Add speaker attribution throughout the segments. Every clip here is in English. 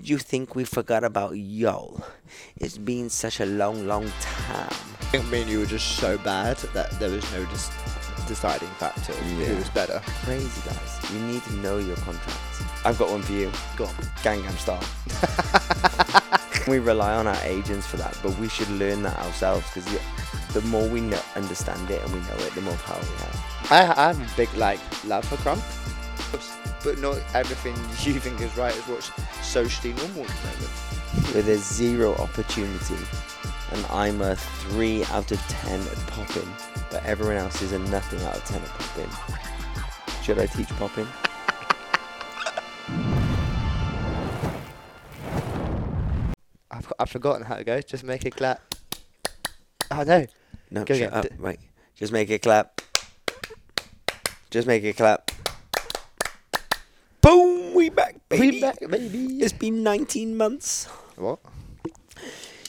Speaker 1: you think we forgot about y'all? It's been such a long, long time.
Speaker 2: I think me and you were just so bad that there was no dis- deciding factor
Speaker 1: Yeah.
Speaker 2: who was better.
Speaker 1: Crazy guys, you need to know your contracts. I've got one for you.
Speaker 2: Go on.
Speaker 1: Gangnam Style. we rely on our agents for that, but we should learn that ourselves because the more we know, understand it and we know it, the more power we have.
Speaker 2: I, I have a big like love for crump, but not everything you think is right is what's socially normal at the moment.
Speaker 1: Where there's zero opportunity, and I'm a three out of ten at popping, but everyone else is a nothing out of ten at popping. Should I teach popping?
Speaker 2: I've, I've forgotten how to go. Just make it clap. Oh no.
Speaker 1: No,
Speaker 2: Go
Speaker 1: shut
Speaker 2: again.
Speaker 1: up.
Speaker 2: D-
Speaker 1: Right. Just make it clap. Just make it clap. Boom! We back, baby.
Speaker 2: We back, baby.
Speaker 1: It's been 19 months.
Speaker 2: What?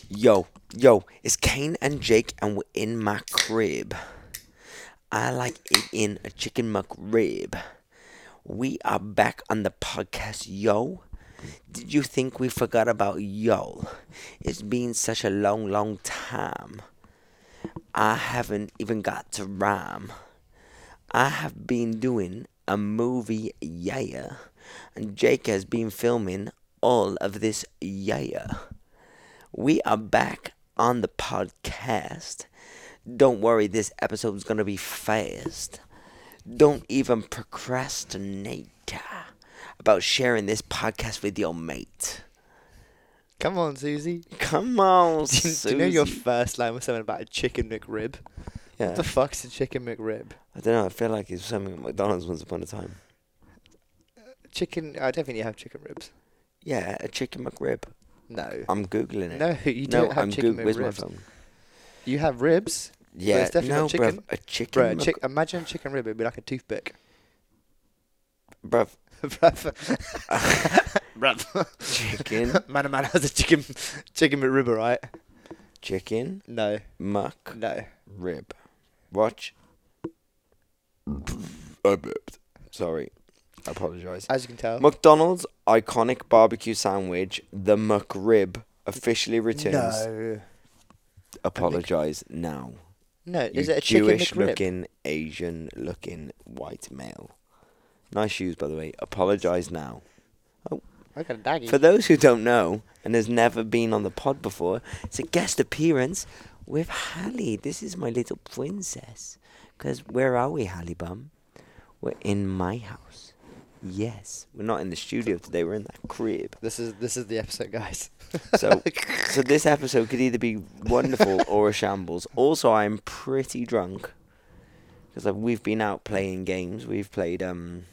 Speaker 1: Yo, yo, it's Kane and Jake, and we're in my crib. I like eating a chicken McRib. We are back on the podcast, yo. Did you think we forgot about yo? It's been such a long, long time. I haven't even got to rhyme. I have been doing a movie, yeah, and Jake has been filming all of this, yeah. We are back on the podcast. Don't worry, this episode's gonna be fast. Don't even procrastinate uh, about sharing this podcast with your mate.
Speaker 2: Come on, Susie.
Speaker 1: Come on,
Speaker 2: Do you- do you know your
Speaker 1: Susie. Uh.
Speaker 2: first line was something about a chicken McRib?
Speaker 1: yeah.
Speaker 2: What the fuck's a chicken McRib?
Speaker 1: I don't know. I feel like it's something at McDonald's once upon a time.
Speaker 2: Chicken. I don't think you have chicken ribs.
Speaker 1: Yeah, a chicken McRib.
Speaker 2: No.
Speaker 1: I'm googling it.
Speaker 2: No, you don't have
Speaker 1: I'm
Speaker 2: chicken
Speaker 1: Goog- Where's my
Speaker 2: McRibs.
Speaker 1: phone?
Speaker 2: You have ribs,
Speaker 1: Yeah,
Speaker 2: it's definitely
Speaker 1: no, bruv,
Speaker 2: not chicken.
Speaker 1: a chicken.
Speaker 2: bro.
Speaker 1: Mc-
Speaker 2: Chick- imagine a chicken rib. It'd be like a toothpick.
Speaker 1: bruv,
Speaker 2: Bruv. Bruv.
Speaker 1: chicken,
Speaker 2: man, a man has a chicken, chicken McRib, all right?
Speaker 1: chicken,
Speaker 2: No,
Speaker 1: muck,
Speaker 2: no.
Speaker 1: rib. Watch. I burped. Sorry. I apologize.
Speaker 2: As you can tell.
Speaker 1: McDonald's iconic barbecue sandwich, the McRib, officially returns.
Speaker 2: No.
Speaker 1: Apologize now.
Speaker 2: No,
Speaker 1: You
Speaker 2: is it a chicken
Speaker 1: Jewish
Speaker 2: McRib?
Speaker 1: looking, Asian looking white male. Nice shoes, by the way. Apologize now.
Speaker 2: I got a daggy.
Speaker 1: For those who don't know and has never been on the pod before, it's a guest appearance with Hallie. This is my little princess. Because where are we, Hallie Bum? We're in my house. Yes, we're not in the studio today. We're in that crib.
Speaker 2: this is this is the episode, guys.
Speaker 1: So, so this episode could either be wonderful or a shambles. Also, I'm pretty drunk because we've been out playing games. We've played um,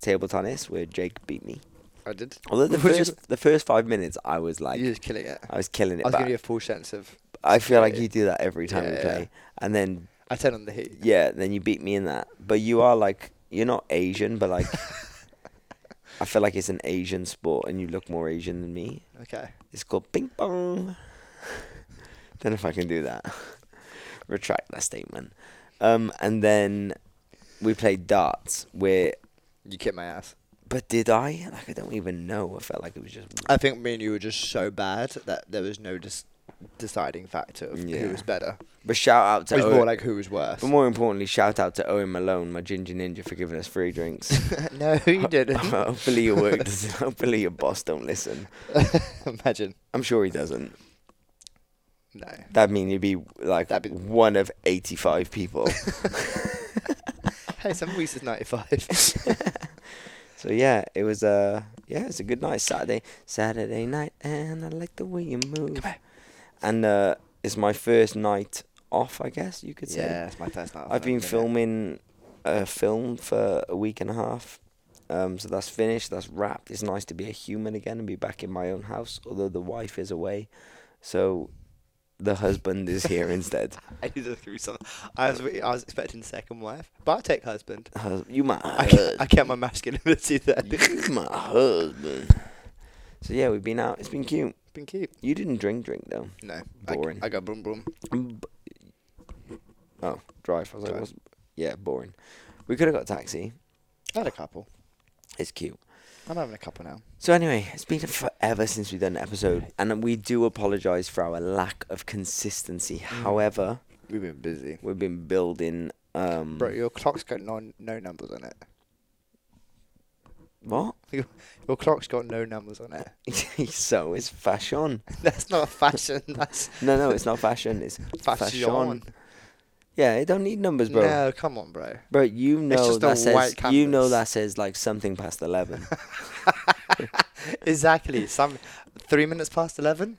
Speaker 1: table tennis where Jake beat me.
Speaker 2: I did.
Speaker 1: Although the
Speaker 2: We're
Speaker 1: first, the first five minutes, I was like,
Speaker 2: You're just killing it.
Speaker 1: I was killing
Speaker 2: I
Speaker 1: it.
Speaker 2: was
Speaker 1: but
Speaker 2: giving you a full sense of.
Speaker 1: I feel like
Speaker 2: Yeah.
Speaker 1: you do that every time we
Speaker 2: Yeah.
Speaker 1: play, and then
Speaker 2: I turn on the heat.
Speaker 1: yeah, then you beat me in that. But you are like you're not Asian, but like I feel like it's an Asian sport, and you look more Asian than me.
Speaker 2: Okay.
Speaker 1: It's called ping pong. Don't know if I can do that. Retract that statement. Um, and then we played darts. Where,
Speaker 2: You kicked my ass.
Speaker 1: but did I? Like I don't even know. I felt like it was just.
Speaker 2: I think me and you were just so bad that there was no dis- deciding factor of
Speaker 1: Yeah.
Speaker 2: who was better.
Speaker 1: But shout out to.
Speaker 2: It was
Speaker 1: Owen-
Speaker 2: more like who was worse.
Speaker 1: But more importantly, shout out to Owen Malone, my ginger ninja, for giving us free drinks.
Speaker 2: no, you didn't.
Speaker 1: hopefully your work doesn't. Hopefully your boss don't listen.
Speaker 2: Imagine.
Speaker 1: I'm sure he doesn't.
Speaker 2: No.
Speaker 1: That mean you'd be like
Speaker 2: That'd be-
Speaker 1: one of 85 people.
Speaker 2: Hey, some weeks is 95.
Speaker 1: so yeah, it was uh, yeah, it's a good night Saturday. Saturday night, and I like the way you move.
Speaker 2: here.
Speaker 1: And uh, it's my first night off, I guess you could say.
Speaker 2: yeah, it's my first night.
Speaker 1: I've been filming a film for a week and a half. Um, so that's finished, that's wrapped. It's nice to be a human again and be back in my own house, although the wife is away. So the husband is here instead.
Speaker 2: I knew there through some. I was I was expecting second wife, but I take husband.
Speaker 1: Hus- you my
Speaker 2: I,
Speaker 1: husband.
Speaker 2: ke- I kept my masculinity there.
Speaker 1: Uh, You my husband. So yeah, we've been out. It's been cute.
Speaker 2: been cute.
Speaker 1: You didn't drink drink though.
Speaker 2: No,
Speaker 1: Boring.
Speaker 2: I, I go brum brum.
Speaker 1: Um, b- Oh, drive. I was like,
Speaker 2: Mm, Drive.
Speaker 1: what's... yeah, boring. We could have got a taxi.
Speaker 2: I had a couple.
Speaker 1: It's cute.
Speaker 2: I'm having a couple now.
Speaker 1: So anyway, it's been forever since we've done an episode, and we do apologise for our lack of consistency.
Speaker 2: Mm.
Speaker 1: However,
Speaker 2: We've been busy.
Speaker 1: we've been building. Um,
Speaker 2: Bro, your clock's got no, no numbers on it.
Speaker 1: What?
Speaker 2: Your, your clock's got no numbers on it.
Speaker 1: so it's fashion.
Speaker 2: That's not fashion. That's
Speaker 1: No, no, it's not fashion. It's
Speaker 2: fashion.
Speaker 1: fashion. Yeah, it don't need numbers, bro.
Speaker 2: No, come on, bro.
Speaker 1: Bro, you know
Speaker 2: just a
Speaker 1: that says
Speaker 2: white
Speaker 1: you know
Speaker 2: canvas.
Speaker 1: that says like something past eleven.
Speaker 2: Exactly. Some three minutes past eleven.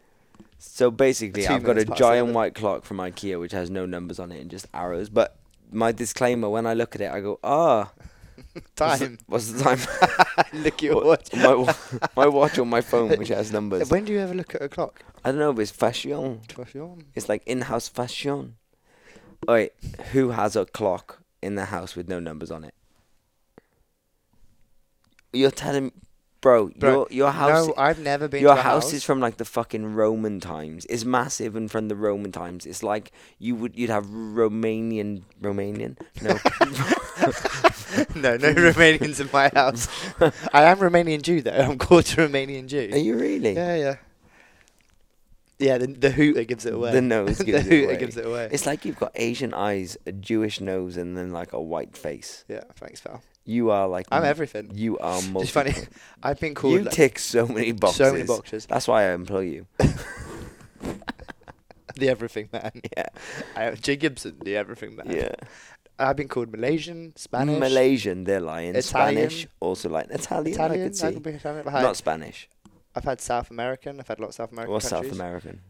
Speaker 1: so basically,
Speaker 2: Two
Speaker 1: I've got a
Speaker 2: minutes past
Speaker 1: giant
Speaker 2: 11.
Speaker 1: white clock from IKEA which has no numbers on it and just arrows. But my disclaimer: when I look at it, I go, ah, what's the-
Speaker 2: Time.
Speaker 1: What's the time?
Speaker 2: look at your
Speaker 1: Or
Speaker 2: watch.
Speaker 1: my, wa- my watch or my phone, which has numbers.
Speaker 2: When do you ever look at a clock?
Speaker 1: I don't know, but it's fashion.
Speaker 2: Fashion.
Speaker 1: It's like in-house fashion. All right, who has a clock in the house with no numbers on it? You're telling, bro, your
Speaker 2: Bro,
Speaker 1: your house,
Speaker 2: No, I've never been.
Speaker 1: your
Speaker 2: to a
Speaker 1: house, is from like the fucking Roman times. It's massive and from the Roman times. It's like you would you'd have Romanian Romanian no
Speaker 2: no, no Romanians in my house. I am Romanian Jew though. I'm quarter Romanian Jew.
Speaker 1: Are you really?
Speaker 2: Yeah, yeah. Yeah, the, the hooter gives it away.
Speaker 1: The nose gives
Speaker 2: the
Speaker 1: it
Speaker 2: hooter
Speaker 1: away.
Speaker 2: gives it away.
Speaker 1: It's like you've got Asian eyes, a Jewish nose, and then like a white face.
Speaker 2: yeah, thanks, pal.
Speaker 1: You are like
Speaker 2: I'm
Speaker 1: m-
Speaker 2: everything.
Speaker 1: You are multiple.
Speaker 2: It's funny. I've been called
Speaker 1: You
Speaker 2: like,
Speaker 1: tick so many boxes.
Speaker 2: so many boxes.
Speaker 1: That's why I employ you.
Speaker 2: The everything man.
Speaker 1: Yeah.
Speaker 2: I am Jay Gibson, the everything man.
Speaker 1: Yeah.
Speaker 2: I've been called Malaysian, Spanish,
Speaker 1: Malaysian, they're lying.
Speaker 2: Italian.
Speaker 1: Spanish, also like Italian. I
Speaker 2: Italian.
Speaker 1: could see.
Speaker 2: could be Italian. I've had,
Speaker 1: Not Spanish.
Speaker 2: I've had South American. I've had a lot of South American
Speaker 1: Or
Speaker 2: countries,
Speaker 1: South American.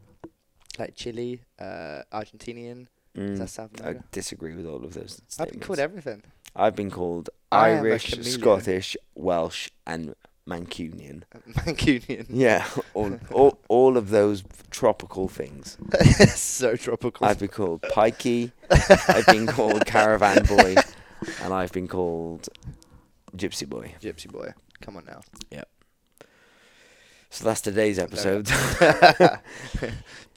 Speaker 2: like Chile, uh, Argentinian. Is that
Speaker 1: Mm,
Speaker 2: South
Speaker 1: I
Speaker 2: America?
Speaker 1: disagree with all of those.
Speaker 2: I've been
Speaker 1: Statements.
Speaker 2: called everything.
Speaker 1: I've been called
Speaker 2: I am a
Speaker 1: Irish,
Speaker 2: chameleon.
Speaker 1: Scottish, Welsh, and Mancunian.
Speaker 2: Mancunian.
Speaker 1: Yeah, all, all, all of those tropical things.
Speaker 2: so tropical.
Speaker 1: I've been called Pikey, I've been called Caravan Boy, and I've been called Gypsy Boy.
Speaker 2: Gypsy boy. Come on now.
Speaker 1: So that's today's episode.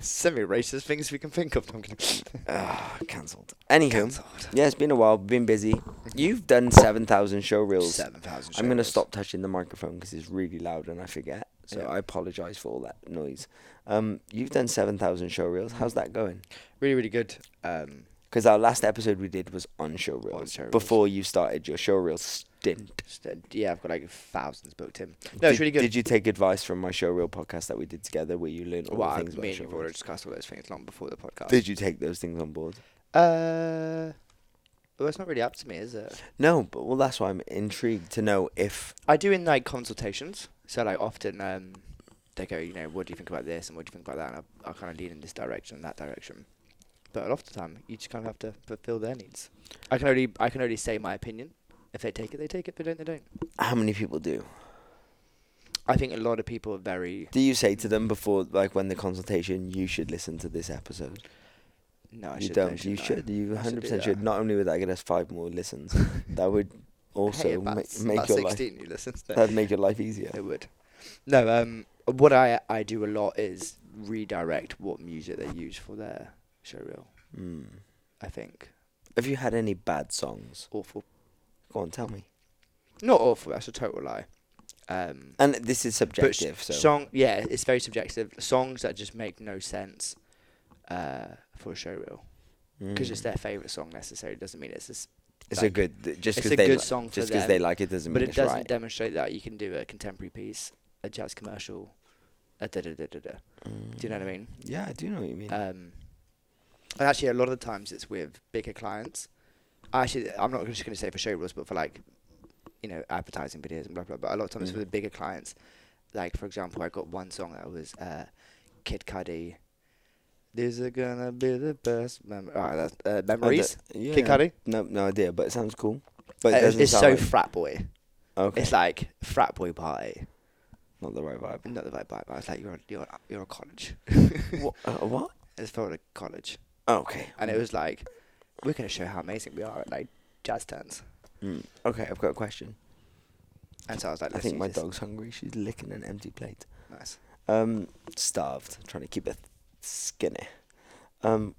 Speaker 2: Semi racist things we can think of. No, I'm kidding.
Speaker 1: Ah, cancelled. Anywho,
Speaker 2: Cancelled.
Speaker 1: yeah, it's been a while. Been busy. You've done seven thousand show reels.
Speaker 2: 7,000
Speaker 1: I'm gonna
Speaker 2: shows.
Speaker 1: stop touching the microphone because it's really loud and I forget. So
Speaker 2: Yeah.
Speaker 1: I apologise for all that noise. Um, you've done seven thousand show reels. How's that going?
Speaker 2: Really, really good. Um,
Speaker 1: Because our last episode we did was on show reels,
Speaker 2: show reels.
Speaker 1: before you started your show reel stint.
Speaker 2: just, uh, yeah, I've got like thousands booked in. No, it's
Speaker 1: Did-
Speaker 2: really good.
Speaker 1: Did you take advice from my show reel podcast that we did together, where you learned all
Speaker 2: well,
Speaker 1: the
Speaker 2: I-
Speaker 1: things
Speaker 2: me
Speaker 1: about
Speaker 2: and
Speaker 1: show
Speaker 2: you've already
Speaker 1: reels?
Speaker 2: discussed all those things long before the podcast.
Speaker 1: Did you take those things on board?
Speaker 2: Uh, well, it's not really up to me, is it?
Speaker 1: No, but well, that's why I'm intrigued to know if
Speaker 2: I do in like consultations. So like often, um, they go, you know, what do you think about this and what do you think about that? And I, I kind of lean in this direction and that direction. But a lot of the time, you just kind of have to fulfill their needs. I can only I can only say my opinion. If they take it, they take it. If they don't, they don't.
Speaker 1: how many people do.
Speaker 2: I think a lot of people are very
Speaker 1: Do you say to them before, like when the consultation, you should listen to this episode?
Speaker 2: no. I
Speaker 1: you
Speaker 2: should, no, I
Speaker 1: don't. You
Speaker 2: no.
Speaker 1: should. You
Speaker 2: I should do
Speaker 1: 100 percent
Speaker 2: that.
Speaker 1: should. Not only would that get us five more listens, that would also
Speaker 2: hey,
Speaker 1: ma-
Speaker 2: about,
Speaker 1: make,
Speaker 2: s- about
Speaker 1: your life.
Speaker 2: 16 you listen to
Speaker 1: That'd make your life easier.
Speaker 2: It would. No, um, what I I do a lot is redirect what music they use for their show reel.
Speaker 1: Mm.
Speaker 2: I think
Speaker 1: Have you had any bad songs?
Speaker 2: awful,
Speaker 1: Go on, tell me.
Speaker 2: not awful. That's a total lie. Um,
Speaker 1: And this is
Speaker 2: but s-
Speaker 1: subjective, so
Speaker 2: song, yeah, it's very subjective. Songs that just make no sense uh, for a show reel because it's
Speaker 1: Mm.
Speaker 2: their favorite song necessarily doesn't mean it's. This,
Speaker 1: It's a
Speaker 2: like,
Speaker 1: good. th- Just
Speaker 2: it's
Speaker 1: because
Speaker 2: a
Speaker 1: they
Speaker 2: good
Speaker 1: li-
Speaker 2: song for
Speaker 1: just because
Speaker 2: them,
Speaker 1: they like it doesn't
Speaker 2: but
Speaker 1: mean
Speaker 2: it
Speaker 1: it's
Speaker 2: doesn't
Speaker 1: right.
Speaker 2: demonstrate that you can do a contemporary piece, a jazz commercial, a da da da da da. Do you know what I mean?
Speaker 1: Mm. Yeah, I do know what you mean.
Speaker 2: Um, and actually, a lot of the times it's with bigger clients. Actually, I'm not just going to say for showreels, but for like, you know, advertising videos and blah blah. But a lot of times
Speaker 1: Mhm.
Speaker 2: with bigger clients, like for example, I got one song that was uh, Kid Cudi. These are gonna be the best mem- oh, that's, uh, memories.
Speaker 1: Oh, the- yeah.
Speaker 2: Kid Cudi.
Speaker 1: No, no idea, but it sounds cool. But
Speaker 2: Uh,
Speaker 1: it
Speaker 2: it's
Speaker 1: doesn't
Speaker 2: it's
Speaker 1: sound
Speaker 2: so
Speaker 1: like-
Speaker 2: frat boy.
Speaker 1: okay.
Speaker 2: It's like frat boy party.
Speaker 1: not the right vibe.
Speaker 2: Not the vibe, vibe. I was like, you're you're you're a college.
Speaker 1: what? Uh, what?
Speaker 2: It's felt like college,
Speaker 1: Okay.
Speaker 2: and it was like, we're gonna show how amazing we are at like jazz dance.
Speaker 1: Mm. Okay, I've got a question.
Speaker 2: And so I was like,
Speaker 1: I
Speaker 2: Let's
Speaker 1: think
Speaker 2: do
Speaker 1: my
Speaker 2: this.
Speaker 1: dog's hungry. She's licking an empty plate.
Speaker 2: Nice.
Speaker 1: Um, starved. Trying to keep it skinny. Um,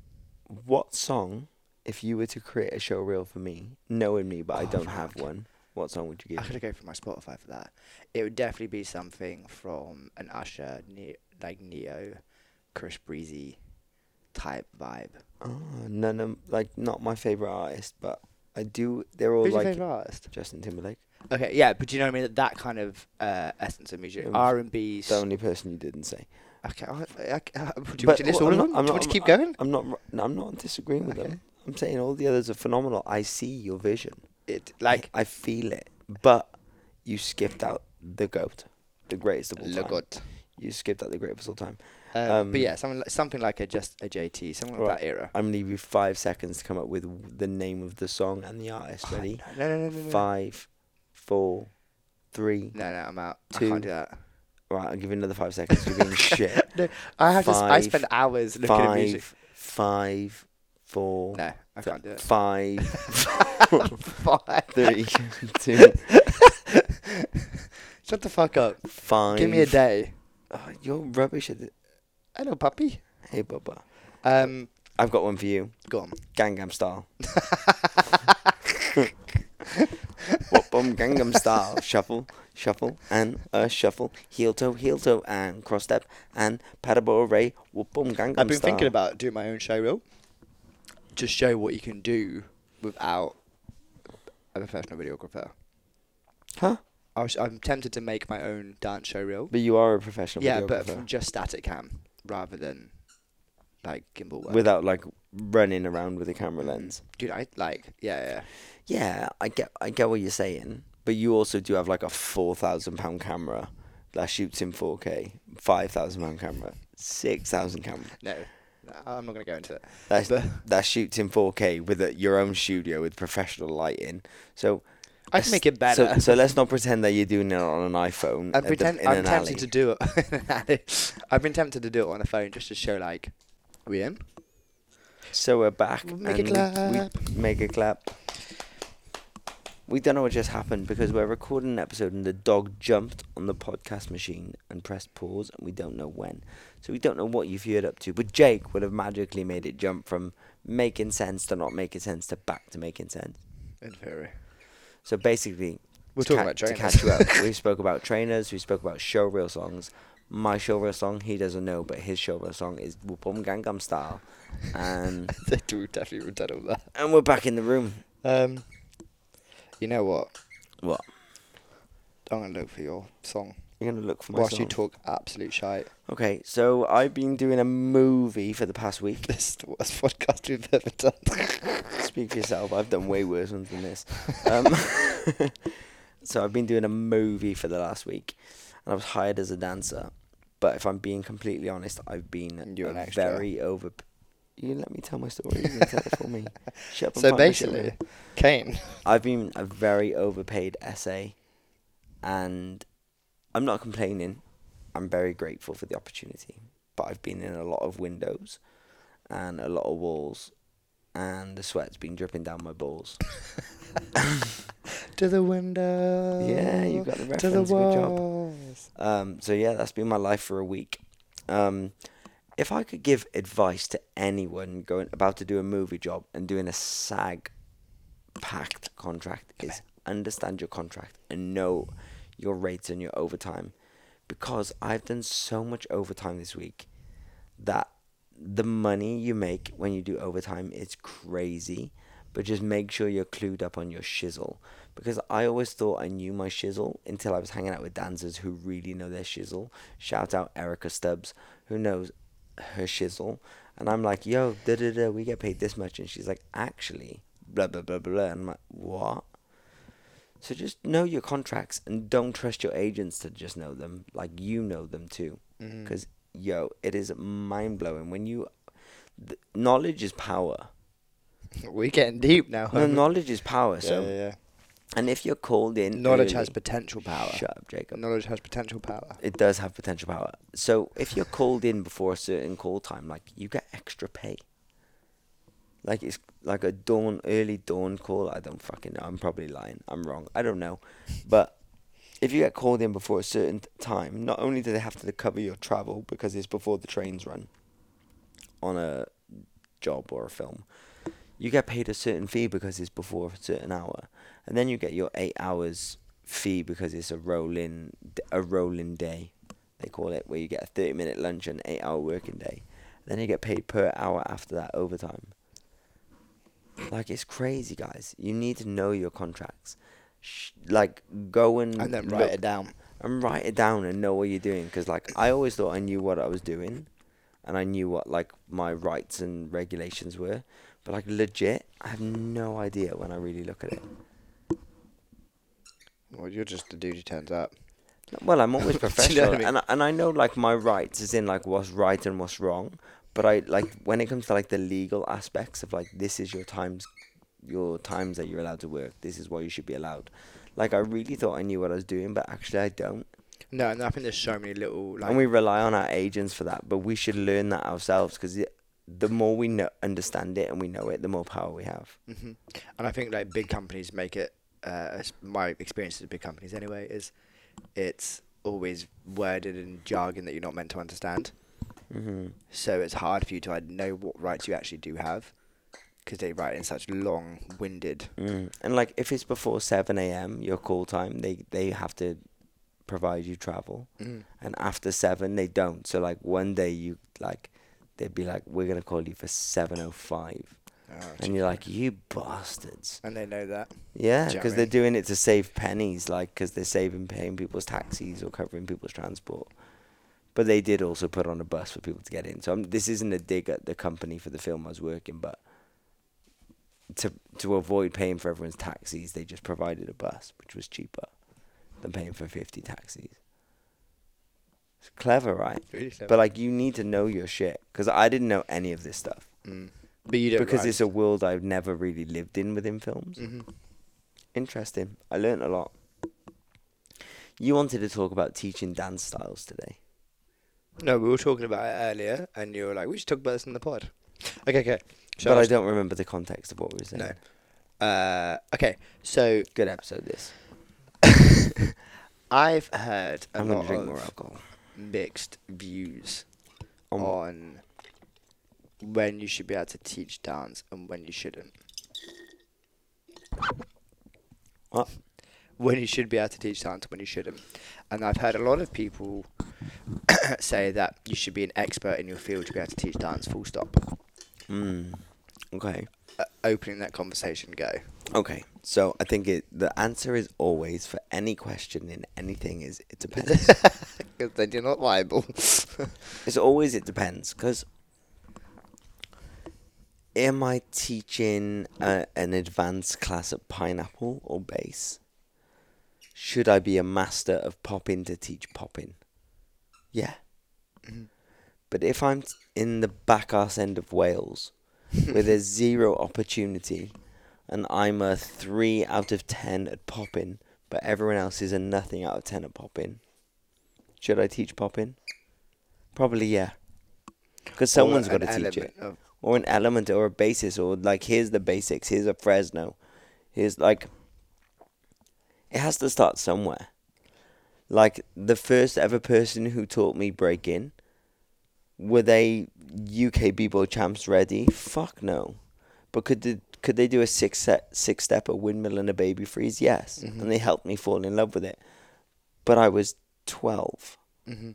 Speaker 1: what song, if you were to create a show reel for me, knowing me but I
Speaker 2: Oh,
Speaker 1: don't
Speaker 2: fuck.
Speaker 1: have one, What song would you
Speaker 2: I
Speaker 1: give?
Speaker 2: could go for my Spotify for that. It would definitely be something from an Usher, ne- like Neo, Chris Breezy type vibe.
Speaker 1: Oh, none of like not my favorite artist, but I do. They're all
Speaker 2: Who's your
Speaker 1: like
Speaker 2: favorite artist?
Speaker 1: Justin Timberlake.
Speaker 2: Okay, yeah, but do you know what I mean? That kind of uh, essence of music,
Speaker 1: Um,
Speaker 2: R and B.
Speaker 1: The only person you didn't say.
Speaker 2: Okay, I, I, I, do you want
Speaker 1: But-
Speaker 2: to list
Speaker 1: well,
Speaker 2: all
Speaker 1: I'm not- I'm
Speaker 2: of them? Do you
Speaker 1: not-
Speaker 2: want to
Speaker 1: I'm-
Speaker 2: keep going?
Speaker 1: I'm not. r- No, I'm not disagreeing with
Speaker 2: Okay.
Speaker 1: them. I'm saying all the others are phenomenal. I see your vision.
Speaker 2: It
Speaker 1: I-
Speaker 2: like
Speaker 1: I feel it, but you skipped out the goat, the greatest of all
Speaker 2: look
Speaker 1: time.
Speaker 2: good.
Speaker 1: You skipped out the greatest of all time.
Speaker 2: Um,
Speaker 1: Um,
Speaker 2: but yeah, something like, something like a just a JT, something like
Speaker 1: Right.
Speaker 2: that era.
Speaker 1: I'm gonna give you five seconds to come up with w- the name of the song and the artist. Ready?
Speaker 2: No, no, no, no, no.
Speaker 1: Five, four, three.
Speaker 2: No, no, I'm out. I
Speaker 1: Two.
Speaker 2: can't do that.
Speaker 1: Right, I'll give you another five seconds. You're being shit.
Speaker 2: No, I have to. s- I
Speaker 1: Five,
Speaker 2: spend hours looking at music.
Speaker 1: Five, five, four.
Speaker 2: No, I
Speaker 1: th-
Speaker 2: can't do it.
Speaker 1: Five,
Speaker 2: Five.
Speaker 1: three, two,
Speaker 2: Shut the fuck up.
Speaker 1: five.
Speaker 2: Give me a day.
Speaker 1: Oh, you're rubbish at it.
Speaker 2: Hello, puppy.
Speaker 1: Hey, Bubba.
Speaker 2: Um,
Speaker 1: I've got one for you.
Speaker 2: go on.
Speaker 1: Gangnam Style. Whoop bum Gangnam Style. Shuffle, shuffle, and a shuffle. Heel toe, heel toe, and cross step, and paddleboard ray. Whoop bum Gangnam
Speaker 2: I've been
Speaker 1: Style.
Speaker 2: thinking about doing my own show reel to show what you can do without a professional videographer.
Speaker 1: Huh?
Speaker 2: I was, I'm tempted to make my own dance show reel.
Speaker 1: But you are a professional
Speaker 2: Yeah,
Speaker 1: videographer.
Speaker 2: but from just static cam rather than like gimbal work.
Speaker 1: without like running around with a camera lens.
Speaker 2: Dude, I like yeah,
Speaker 1: Yeah, I get I get what you're saying, but you also do have like a four thousand pound camera that shoots in four K, five thousand pound camera, six thousand camera
Speaker 2: yeah. No, no, I'm not gonna go into it.
Speaker 1: that
Speaker 2: But-
Speaker 1: that shoots in four K with a, your own studio with professional lighting. So
Speaker 2: I
Speaker 1: let's-
Speaker 2: can make it
Speaker 1: So,
Speaker 2: better.
Speaker 1: so let's not pretend that you're doing it on an iPhone. at
Speaker 2: I've
Speaker 1: the-
Speaker 2: been temp-
Speaker 1: in
Speaker 2: I'm
Speaker 1: an
Speaker 2: tempted
Speaker 1: alley.
Speaker 2: to do it. I've been tempted to do it on a phone just to show like we in.
Speaker 1: So we're back.
Speaker 2: We'll make a
Speaker 1: and we- We, make a clap. We don't know what just happened because we're recording an episode and the dog jumped on the podcast machine and pressed pause and we don't know when. So we don't know what you've heard up to. But Jake would have magically made it jump from making sense to not making sense to back to making sense.
Speaker 2: In theory.
Speaker 1: So basically,
Speaker 2: We're
Speaker 1: to
Speaker 2: talking about
Speaker 1: to
Speaker 2: trainers.
Speaker 1: catch you up, we spoke about trainers, we spoke about showreel songs. My showreel song, he doesn't know, but his showreel song is Whoopum Gangnam Style. And,
Speaker 2: they do definitely would have done all that.
Speaker 1: and we're back in the room.
Speaker 2: Um, you know what?
Speaker 1: What?
Speaker 2: I'm gonna look for your song
Speaker 1: You're gonna look for my
Speaker 2: whilst you
Speaker 1: song.
Speaker 2: talk absolute shite.
Speaker 1: okay, so I've been doing a movie for the past week.
Speaker 2: This is the worst podcast we've ever done.
Speaker 1: Speak for yourself. I've done way worse ones than this. Um, so I've been doing a movie for the last week, and I was hired as a dancer. But if I'm being completely honest, I've been
Speaker 2: You're an
Speaker 1: a
Speaker 2: extra.
Speaker 1: very over. You let me tell my story. You can tell it for me. Shut up and
Speaker 2: so
Speaker 1: find my shit,
Speaker 2: basically,
Speaker 1: man.
Speaker 2: Kane.
Speaker 1: I've been a very overpaid SA, and I'm not complaining. I'm very grateful for the opportunity, but I've been in a lot of windows and a lot of walls, and the sweat's been dripping down my balls.
Speaker 2: To the window.
Speaker 1: yeah, you got the reference.
Speaker 2: Uh, To the
Speaker 1: Good job.
Speaker 2: walls.
Speaker 1: Um, so yeah, that's been my life for a week. Um, if I could give advice to anyone going about to do a movie job and doing a SAG packed contract is understand your contract and know your rates and your overtime, because I've done so much overtime this week that the money you make when you do overtime is crazy. But just make sure you're clued up on your shizzle. Because I always thought I knew my shizzle until I was hanging out with dancers who really know their shizzle. Shout out Erica Stubbs, who knows her shizzle. And I'm like, yo, da da da, we get paid this much. And she's like, actually, blah, blah, blah, blah. And I'm like, what? So just know your contracts and don't trust your agents to just know them. Like you know them too,
Speaker 2: Mm-hmm.
Speaker 1: because yo, it is mind blowing when you. Th- knowledge is power.
Speaker 2: We're getting deep now.
Speaker 1: No,
Speaker 2: homie.
Speaker 1: knowledge is power.
Speaker 2: yeah,
Speaker 1: So,
Speaker 2: yeah,
Speaker 1: and if you're called
Speaker 2: yeah.
Speaker 1: in,
Speaker 2: Knowledge has
Speaker 1: early-
Speaker 2: potential power.
Speaker 1: Shut up, Jacob.
Speaker 2: Knowledge has potential power.
Speaker 1: It does have potential power. So if you're called in before a certain call time, like you get extra pay. Like it's like a dawn, early dawn call. I don't fucking know. I'm probably lying. I'm wrong. I don't know. But if you get called in before a certain t- time, not only do they have to cover your travel because it's before the trains run on a job or a film, you get paid a certain fee because it's before a certain hour, and then you get your eight hours fee because it's a rolling d- a rolling day, they call it, where you get a thirty minute lunch and eight hour working day. Then you get paid per hour after that overtime. Like it's crazy, guys. You need to know your contracts. Sh- like go and
Speaker 2: and then
Speaker 1: look-
Speaker 2: write it down.
Speaker 1: and write it down and know what you're doing because like i always thought i knew what i was doing and i knew what like my rights and regulations were but like legit i have no idea when i really look at it
Speaker 2: Well, you're just the dude who turns up.
Speaker 1: well i'm always
Speaker 2: Do you know what I
Speaker 1: professional
Speaker 2: mean?
Speaker 1: and, I, and i know like my rights is in like what's right and what's wrong but i like when it comes to like the legal aspects of like this is your times your times that you're allowed to work this is what you should be allowed like i really thought i knew what i was doing but actually i don't
Speaker 2: No, and I think there's so many little like
Speaker 1: and we rely on our agents for that, but we should learn that ourselves because the more we know, understand it and we know it, the more power we have.
Speaker 2: hmm And I think like big companies make it. Uh, as my experience with big companies anyway is, it's always worded in jargon that you're not meant to understand. Mm-hmm.
Speaker 1: hmm
Speaker 2: So it's hard for you to uh, know what rights you actually do have, because they write in such long-winded.
Speaker 1: Mm. And like if it's before seven a.m. your call time, they they have to provide you travel, and after seven they don't. So like one day you like they'd be like, we're gonna call you for seven o five,
Speaker 2: Oh,
Speaker 1: and you're like, you bastards.
Speaker 2: and they know that.
Speaker 1: Yeah,
Speaker 2: Do you know
Speaker 1: because
Speaker 2: what I
Speaker 1: they're
Speaker 2: mean?
Speaker 1: doing it to save pennies, like because they're saving paying people's taxis or covering people's transport. But they did also put on a bus for people to get in. So I'm, this isn't a dig at the company for the film I was working, but to to avoid paying for everyone's taxis, they just provided a bus, which was cheaper than paying for fifty taxis. It's clever, right?
Speaker 2: Really
Speaker 1: But like, you need to know your shit because I didn't know any of this stuff
Speaker 2: mm. but you don't
Speaker 1: because it's a world I've never really lived in within films.
Speaker 2: hmm
Speaker 1: Interesting. I learnt a lot. You wanted to talk about teaching dance styles today.
Speaker 2: No, we were talking about it earlier, and you were like, "We should talk about this in the pod." Okay, okay. So
Speaker 1: But I
Speaker 2: was-
Speaker 1: don't remember the context of what we were saying.
Speaker 2: No. Uh, okay, so
Speaker 1: Good episode this.
Speaker 2: I've heard a
Speaker 1: I'm
Speaker 2: lot
Speaker 1: gonna drink
Speaker 2: of
Speaker 1: more alcohol. Um,
Speaker 2: mixed views
Speaker 1: On-
Speaker 2: on when you should be able to teach dance and when you shouldn't.
Speaker 1: What?
Speaker 2: When you should be able to teach dance and when you shouldn't. And I've heard a lot of people say that you should be an expert in your field to be able to teach dance full stop.
Speaker 1: Mm. Okay.
Speaker 2: Uh, opening that conversation go.
Speaker 1: Okay. So I think it, the answer is always for any question in anything is it depends.
Speaker 2: Because then you're not liable.
Speaker 1: it's always it depends because am I teaching uh an advanced class at pineapple or bass? Should I be a master of popping to teach popping? Yeah. But if I'm t- in the back arse end of Wales, where there's zero opportunity, and I'm a three out of ten at popping, but everyone else is a nothing out of ten at popping, should I teach popping? Probably yeah, because someone's got to teach it, or an element, or a basis, or like here's the basics, here's a Fresno, here's like. It has to start somewhere. Like the first ever person who taught me break in, were they UK b-boy champs ready? Fuck no. But could the, could they do a six set six step a windmill and a baby freeze? Yes, and they helped me fall in love with it. But I was twelve.
Speaker 2: Mhm.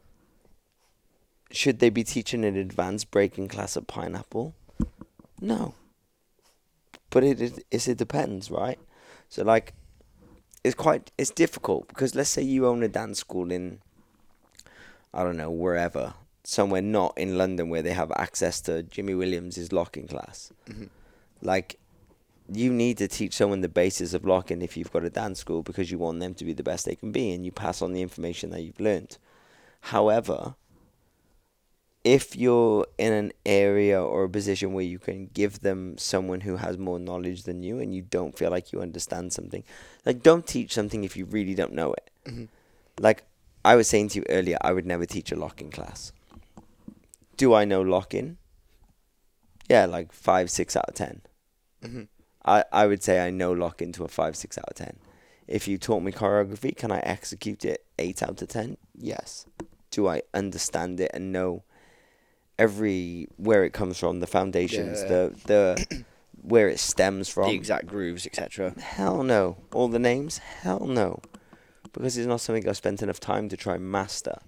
Speaker 1: Should they be teaching an advanced breaking class at Pineapple? No. But it is it's- it depends, right? So like, it's quite it's difficult because let's say you own a dance school in I don't know, wherever, somewhere not in London where they have access to Jimmy Williams' locking class. Like, you need to teach someone the basis of locking if you've got a dance school because you want them to be the best they can be and you pass on the information that you've learned. However, if you're in an area or a position where you can give them someone who has more knowledge than you and you don't feel like you understand something, like don't teach something if you really don't know it. Like I was saying to you earlier, I would never teach a locking class. Do I know locking? Yeah, like five, six out of 10
Speaker 2: Mhm.
Speaker 1: I, I would say I know locking to a five, six out of ten. If you taught me choreography, can I execute it eight out of ten? Yes. Do I understand it and know every where it comes from, the foundations,
Speaker 2: Yeah.
Speaker 1: the the where it stems from.
Speaker 2: the exact grooves, etc.
Speaker 1: Hell no. All the names? Hell no. Because it's not something I've spent enough time to try and master.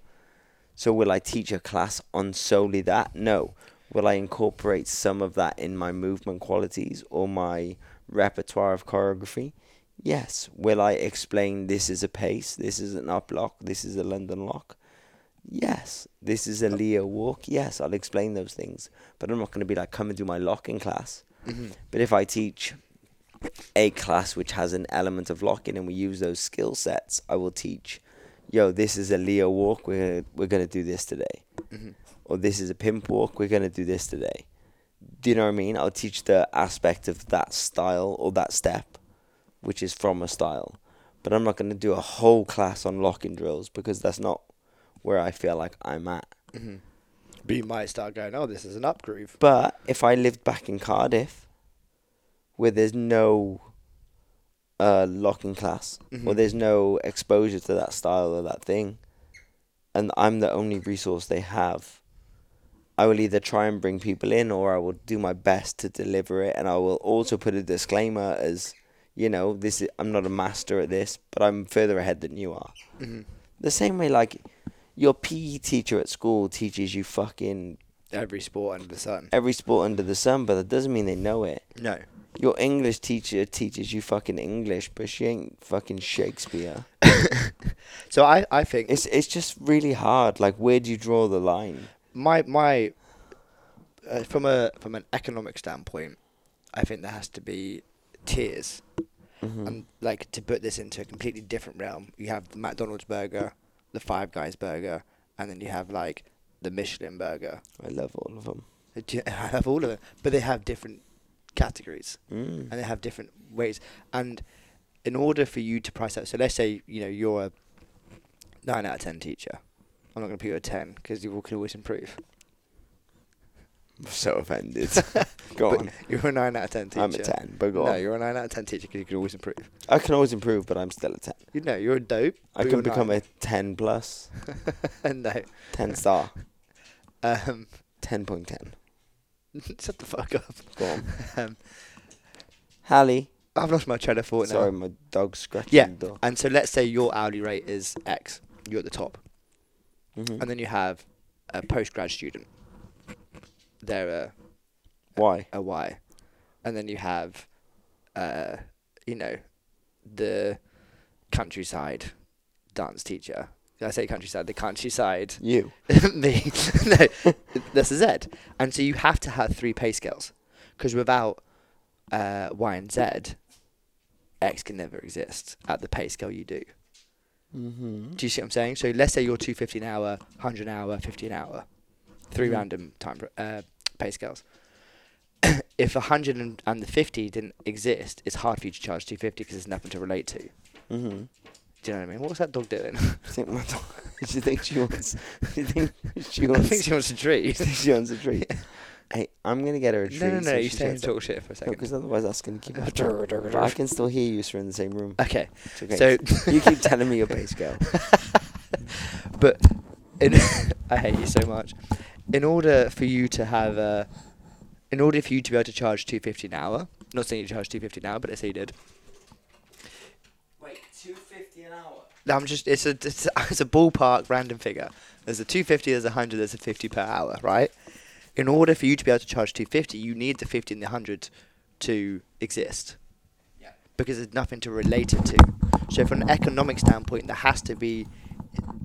Speaker 1: So will I teach a class on solely that? No. Will I incorporate some of that in my movement qualities or my repertoire of choreography? Yes. Will I explain this is a pace, this is an up lock, this is a London lock? Yes. This is a Leo walk? Yes, I'll explain those things. But I'm not going to be like, come and do my lock in class. But if I teach a class which has an element of locking and we use those skill sets, I will teach, yo, this is a Leo walk, we're, we're going to do this today. Or this is a pimp walk, we're going to do this today. Do you know what I mean? I'll teach the aspect of that style or that step, which is from a style. But I'm not going to do a whole class on locking drills because that's not where I feel like I'm at.
Speaker 2: But you might start going, oh, this is an up groove.
Speaker 1: But if I lived back in Cardiff, where there's no uh, locking class, or there's no exposure to that style or that thing, and I'm the only resource they have, I will either try and bring people in or I will do my best to deliver it. And I will also put a disclaimer as, you know, this is, I'm not a master at this, but I'm further ahead than you are. The same way, like, your PE teacher at school teaches you fucking
Speaker 2: Every sport under the sun.
Speaker 1: every sport under the sun, but that doesn't mean they know it.
Speaker 2: No.
Speaker 1: Your English teacher teaches you fucking English, but she ain't fucking Shakespeare.
Speaker 2: So I, I think
Speaker 1: It's it's just really hard. Like, where do you draw the line?
Speaker 2: my my uh, from a from an economic standpoint, I think there has to be tiers. And like to put this into a completely different realm, you have the McDonald's burger, the Five Guys burger, and then you have like the Michelin burger.
Speaker 1: I love all of them.
Speaker 2: Do you- I have all of them, but they have different categories
Speaker 1: Mm.
Speaker 2: and they have different ways. And in order for you to price out, so let's say you know you're a nine out of ten teacher. I'm not going to put you a ten because you can always improve.
Speaker 1: I'm so offended. go
Speaker 2: But
Speaker 1: on.
Speaker 2: You're a nine out of ten teacher.
Speaker 1: I'm a ten, but go
Speaker 2: no,
Speaker 1: on.
Speaker 2: you're a nine out of ten teacher because you can always improve.
Speaker 1: I can always improve, but I'm still a ten.
Speaker 2: You know, you're a dope.
Speaker 1: I can become a ten plus,
Speaker 2: a no.
Speaker 1: ten star,
Speaker 2: Um,
Speaker 1: ten point ten.
Speaker 2: shut the fuck up.
Speaker 1: Go on,
Speaker 2: Um,
Speaker 1: Hallie.
Speaker 2: I've lost my train of thought now.
Speaker 1: Sorry, my dog's scratching
Speaker 2: Yeah,
Speaker 1: the door.
Speaker 2: and so let's say your hourly rate is X. You're at the top.
Speaker 1: Mhm.
Speaker 2: and then you have a postgrad student. They're
Speaker 1: Why?
Speaker 2: a, a Y, and then you have, uh, you know, the countryside dance teacher. I say countryside, the countryside.
Speaker 1: You.
Speaker 2: me, no, that's a Z, and so you have to have three pay scales, because without uh, Y and Z, X can never exist at the pay scale you do.
Speaker 1: Mm-hmm.
Speaker 2: Do you see what I'm saying? So let's say you're 250 an hour, 100 an hour, 50 an hour, 3
Speaker 1: Mhm.
Speaker 2: random time pr- uh, pay scales. if 100 and, and the 50 didn't exist, it's hard for you to charge 250 because there's nothing to relate to.
Speaker 1: Mm-hmm.
Speaker 2: Do you know what I mean? What's that dog doing?
Speaker 1: I think my dog. She thinks she wants. She thinks she
Speaker 2: I
Speaker 1: wants.
Speaker 2: think she wants a treat.
Speaker 1: she wants a treat. Hey, I'm gonna get her a treat.
Speaker 2: no, no, no,
Speaker 1: so
Speaker 2: you
Speaker 1: she
Speaker 2: stay and
Speaker 1: gets it.
Speaker 2: talk shit for a
Speaker 1: No,
Speaker 2: second.
Speaker 1: because otherwise that's gonna keep.
Speaker 2: Uh,
Speaker 1: her up. I can still hear you, so we're in the same room.
Speaker 2: okay,
Speaker 1: It's okay.
Speaker 2: so-
Speaker 1: you keep telling me your base girl.
Speaker 2: but in, I hate you so much. In order for you to have a, in order for you to be able to charge 250 an hour, not saying you charge 250 an hour, but let's say you did,
Speaker 1: Wait, two fifty an hour.
Speaker 2: No, I'm just it's a it's a, it's a ballpark random figure. There's a 250, there's a 100, there's a 50 per hour, right? In order for you to be able to charge 250, you need the 50 and the 100 to exist.
Speaker 1: Yeah.
Speaker 2: Because there's nothing to relate it to. So from an economic standpoint, there has to be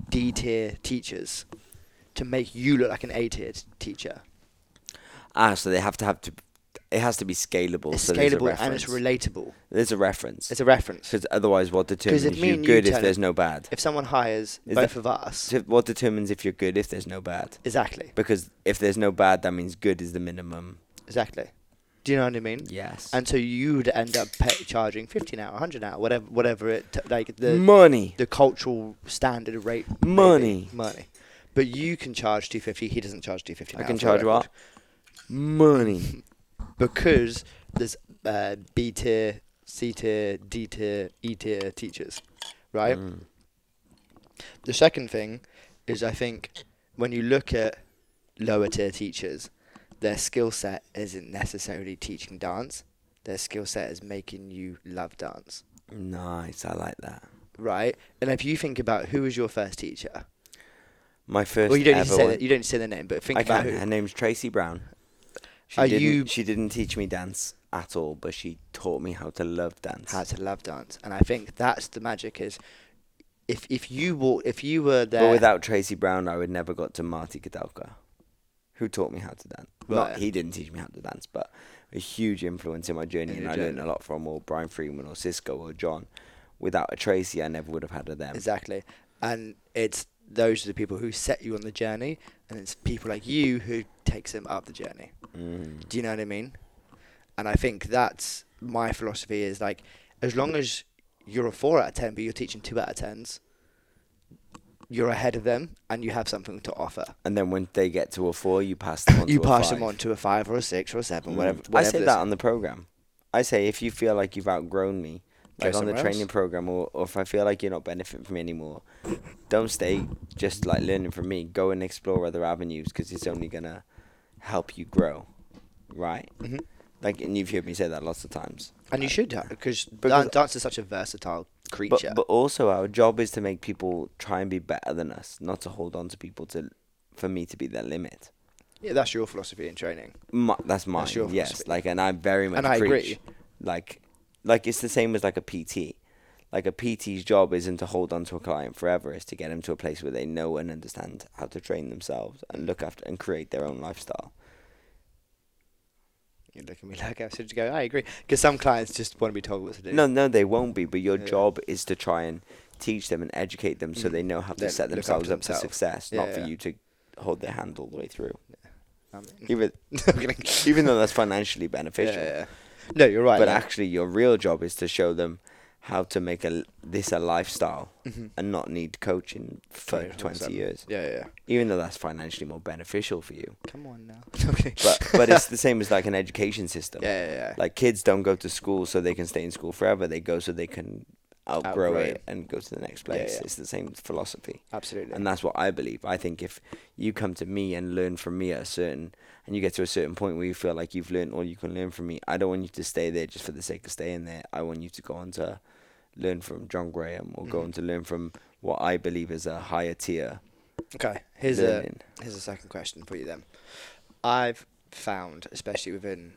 Speaker 2: D tier teachers to make you look like an A tier t- teacher.
Speaker 1: Ah, so they have to have to. It has to be scalable.
Speaker 2: It's
Speaker 1: so there's a
Speaker 2: scalable and it's
Speaker 1: reference.
Speaker 2: relatable.
Speaker 1: There's a reference.
Speaker 2: It's a reference.
Speaker 1: Because otherwise, what determines
Speaker 2: if
Speaker 1: if
Speaker 2: me
Speaker 1: you're
Speaker 2: and you
Speaker 1: good if
Speaker 2: tell
Speaker 1: there's
Speaker 2: it-
Speaker 1: no bad?
Speaker 2: If someone hires
Speaker 1: Is
Speaker 2: both
Speaker 1: that-
Speaker 2: of us,
Speaker 1: So what determines if you're good if there's no bad?
Speaker 2: exactly,
Speaker 1: Because if there's no bad, that means good is the minimum.
Speaker 2: exactly. Do you know what I mean?
Speaker 1: Yes.
Speaker 2: and so you'd end up pay, charging 50 an hour 100 an hour whatever whatever it t- like the
Speaker 1: money.
Speaker 2: the cultural standard rate may be.
Speaker 1: Money.
Speaker 2: money but you can charge 250 he doesn't charge 250 an
Speaker 1: I
Speaker 2: hour
Speaker 1: can
Speaker 2: for the
Speaker 1: charge
Speaker 2: record.
Speaker 1: what? Money.
Speaker 2: because there's uh, B tier C tier D tier E tier teachers right
Speaker 1: Mm.
Speaker 2: The second thing is I think when you look at lower tier teachers, their skill set isn't necessarily teaching dance. their skill set is making you love dance,
Speaker 1: Nice. I like that.
Speaker 2: right? And if you think about who was your first teacher,
Speaker 1: My first
Speaker 2: well, you don't need to
Speaker 1: ever.
Speaker 2: say
Speaker 1: one-
Speaker 2: the, you don't need to say the name, but think
Speaker 1: I
Speaker 2: about
Speaker 1: can. Her
Speaker 2: who.
Speaker 1: name's Tracy Brown. She
Speaker 2: Are
Speaker 1: didn't,
Speaker 2: you-
Speaker 1: She didn't teach me dance at all, but she taught me how to love dance.
Speaker 2: how to love dance, and I think that's the magic is. If, if you walk, if you were there,
Speaker 1: But without Tracy Brown, I would never got to Marty Kadalka, who taught me how to dance.
Speaker 2: Right.
Speaker 1: Not he didn't teach me how to dance, but a huge influence in my journey,
Speaker 2: In
Speaker 1: and
Speaker 2: your
Speaker 1: I learned a
Speaker 2: journey.
Speaker 1: lot from or Brian Freeman or Cisco or John. Without a Tracy, I never would have had a them.
Speaker 2: Exactly. And it's those are the people who set you on the journey, and it's people like you who takes them up the journey.
Speaker 1: Mm.
Speaker 2: Do you know what I mean? And I think that's my philosophy is like, as long as you're a four out of ten, but you're teaching two out of tens, you're ahead of them, and you have something to offer.
Speaker 1: And then when they get to a four, you pass them on.
Speaker 2: you
Speaker 1: to
Speaker 2: pass
Speaker 1: a five.
Speaker 2: them on to a five or a six or a seven, whatever.
Speaker 1: Mm. I
Speaker 2: whatever
Speaker 1: say
Speaker 2: this-
Speaker 1: that on the program. I say if you feel like you've outgrown me,
Speaker 2: Go
Speaker 1: like on the
Speaker 2: somewhere
Speaker 1: training
Speaker 2: else.
Speaker 1: program, or, or if I feel like you're not benefiting from me anymore, don't stay just like learning from me. Go and explore other avenues because it's only gonna help you grow, right?
Speaker 2: Mhm.
Speaker 1: Like, and you've heard me say that lots of times.
Speaker 2: And you should because
Speaker 1: Because-
Speaker 2: dan- dance is such a versatile
Speaker 1: But
Speaker 2: creature.
Speaker 1: but also our job is to make people try and be better than us, not to hold on to people to, for me to be their limit.
Speaker 2: yeah, that's your philosophy in training.
Speaker 1: My, that's mine.
Speaker 2: your
Speaker 1: yes,
Speaker 2: philosophy.
Speaker 1: like, and I very much
Speaker 2: And I agree.
Speaker 1: preach, Like, like it's the same as like a PT. Like a PT's job isn't to hold on to a client forever; it's to get them to a place where they know and understand how to train themselves and look after and create their own lifestyle.
Speaker 2: You look at me like I should go. I agree because some clients just want to be told what to do.
Speaker 1: No, no, they won't be. But your
Speaker 2: Yeah.
Speaker 1: job is to try and teach them and educate them so
Speaker 2: Mm.
Speaker 1: they know how to
Speaker 2: Then
Speaker 1: set
Speaker 2: look after
Speaker 1: themselves up for
Speaker 2: themselves.
Speaker 1: success, not
Speaker 2: Yeah,
Speaker 1: for
Speaker 2: yeah.
Speaker 1: you to hold their hand all the way through.
Speaker 2: Um,
Speaker 1: Even
Speaker 2: I'm kidding.
Speaker 1: even though that's financially beneficial.
Speaker 2: Yeah, yeah, yeah. No, you're right.
Speaker 1: but
Speaker 2: yeah.
Speaker 1: actually your real job is to show them how to make a, this a lifestyle
Speaker 2: Mhm.
Speaker 1: and not need coaching for 20
Speaker 2: 100%.
Speaker 1: years
Speaker 2: Yeah, yeah, yeah.
Speaker 1: even though that's financially more beneficial for you
Speaker 2: Come on now. okay.
Speaker 1: but but it's the same as like an education system
Speaker 2: yeah, yeah, yeah.
Speaker 1: like kids don't go to school so they can stay in school forever they go so they can outgrow,
Speaker 2: Outgrow
Speaker 1: it,
Speaker 2: it.
Speaker 1: and go to the next
Speaker 2: Yeah,
Speaker 1: place
Speaker 2: yeah.
Speaker 1: it's the same philosophy
Speaker 2: Absolutely.
Speaker 1: and that's what I believe. I think if you come to me and learn from me at a certain, and you get to a certain point where you feel like you've learned all you can learn from me, I don't want you to stay there just for the sake of staying there. I want you to go on to learn from John Graham or go on to learn from what I believe is a higher tier.
Speaker 2: okay. Here's a
Speaker 1: learning.
Speaker 2: here's a second question for you then. I've found, especially within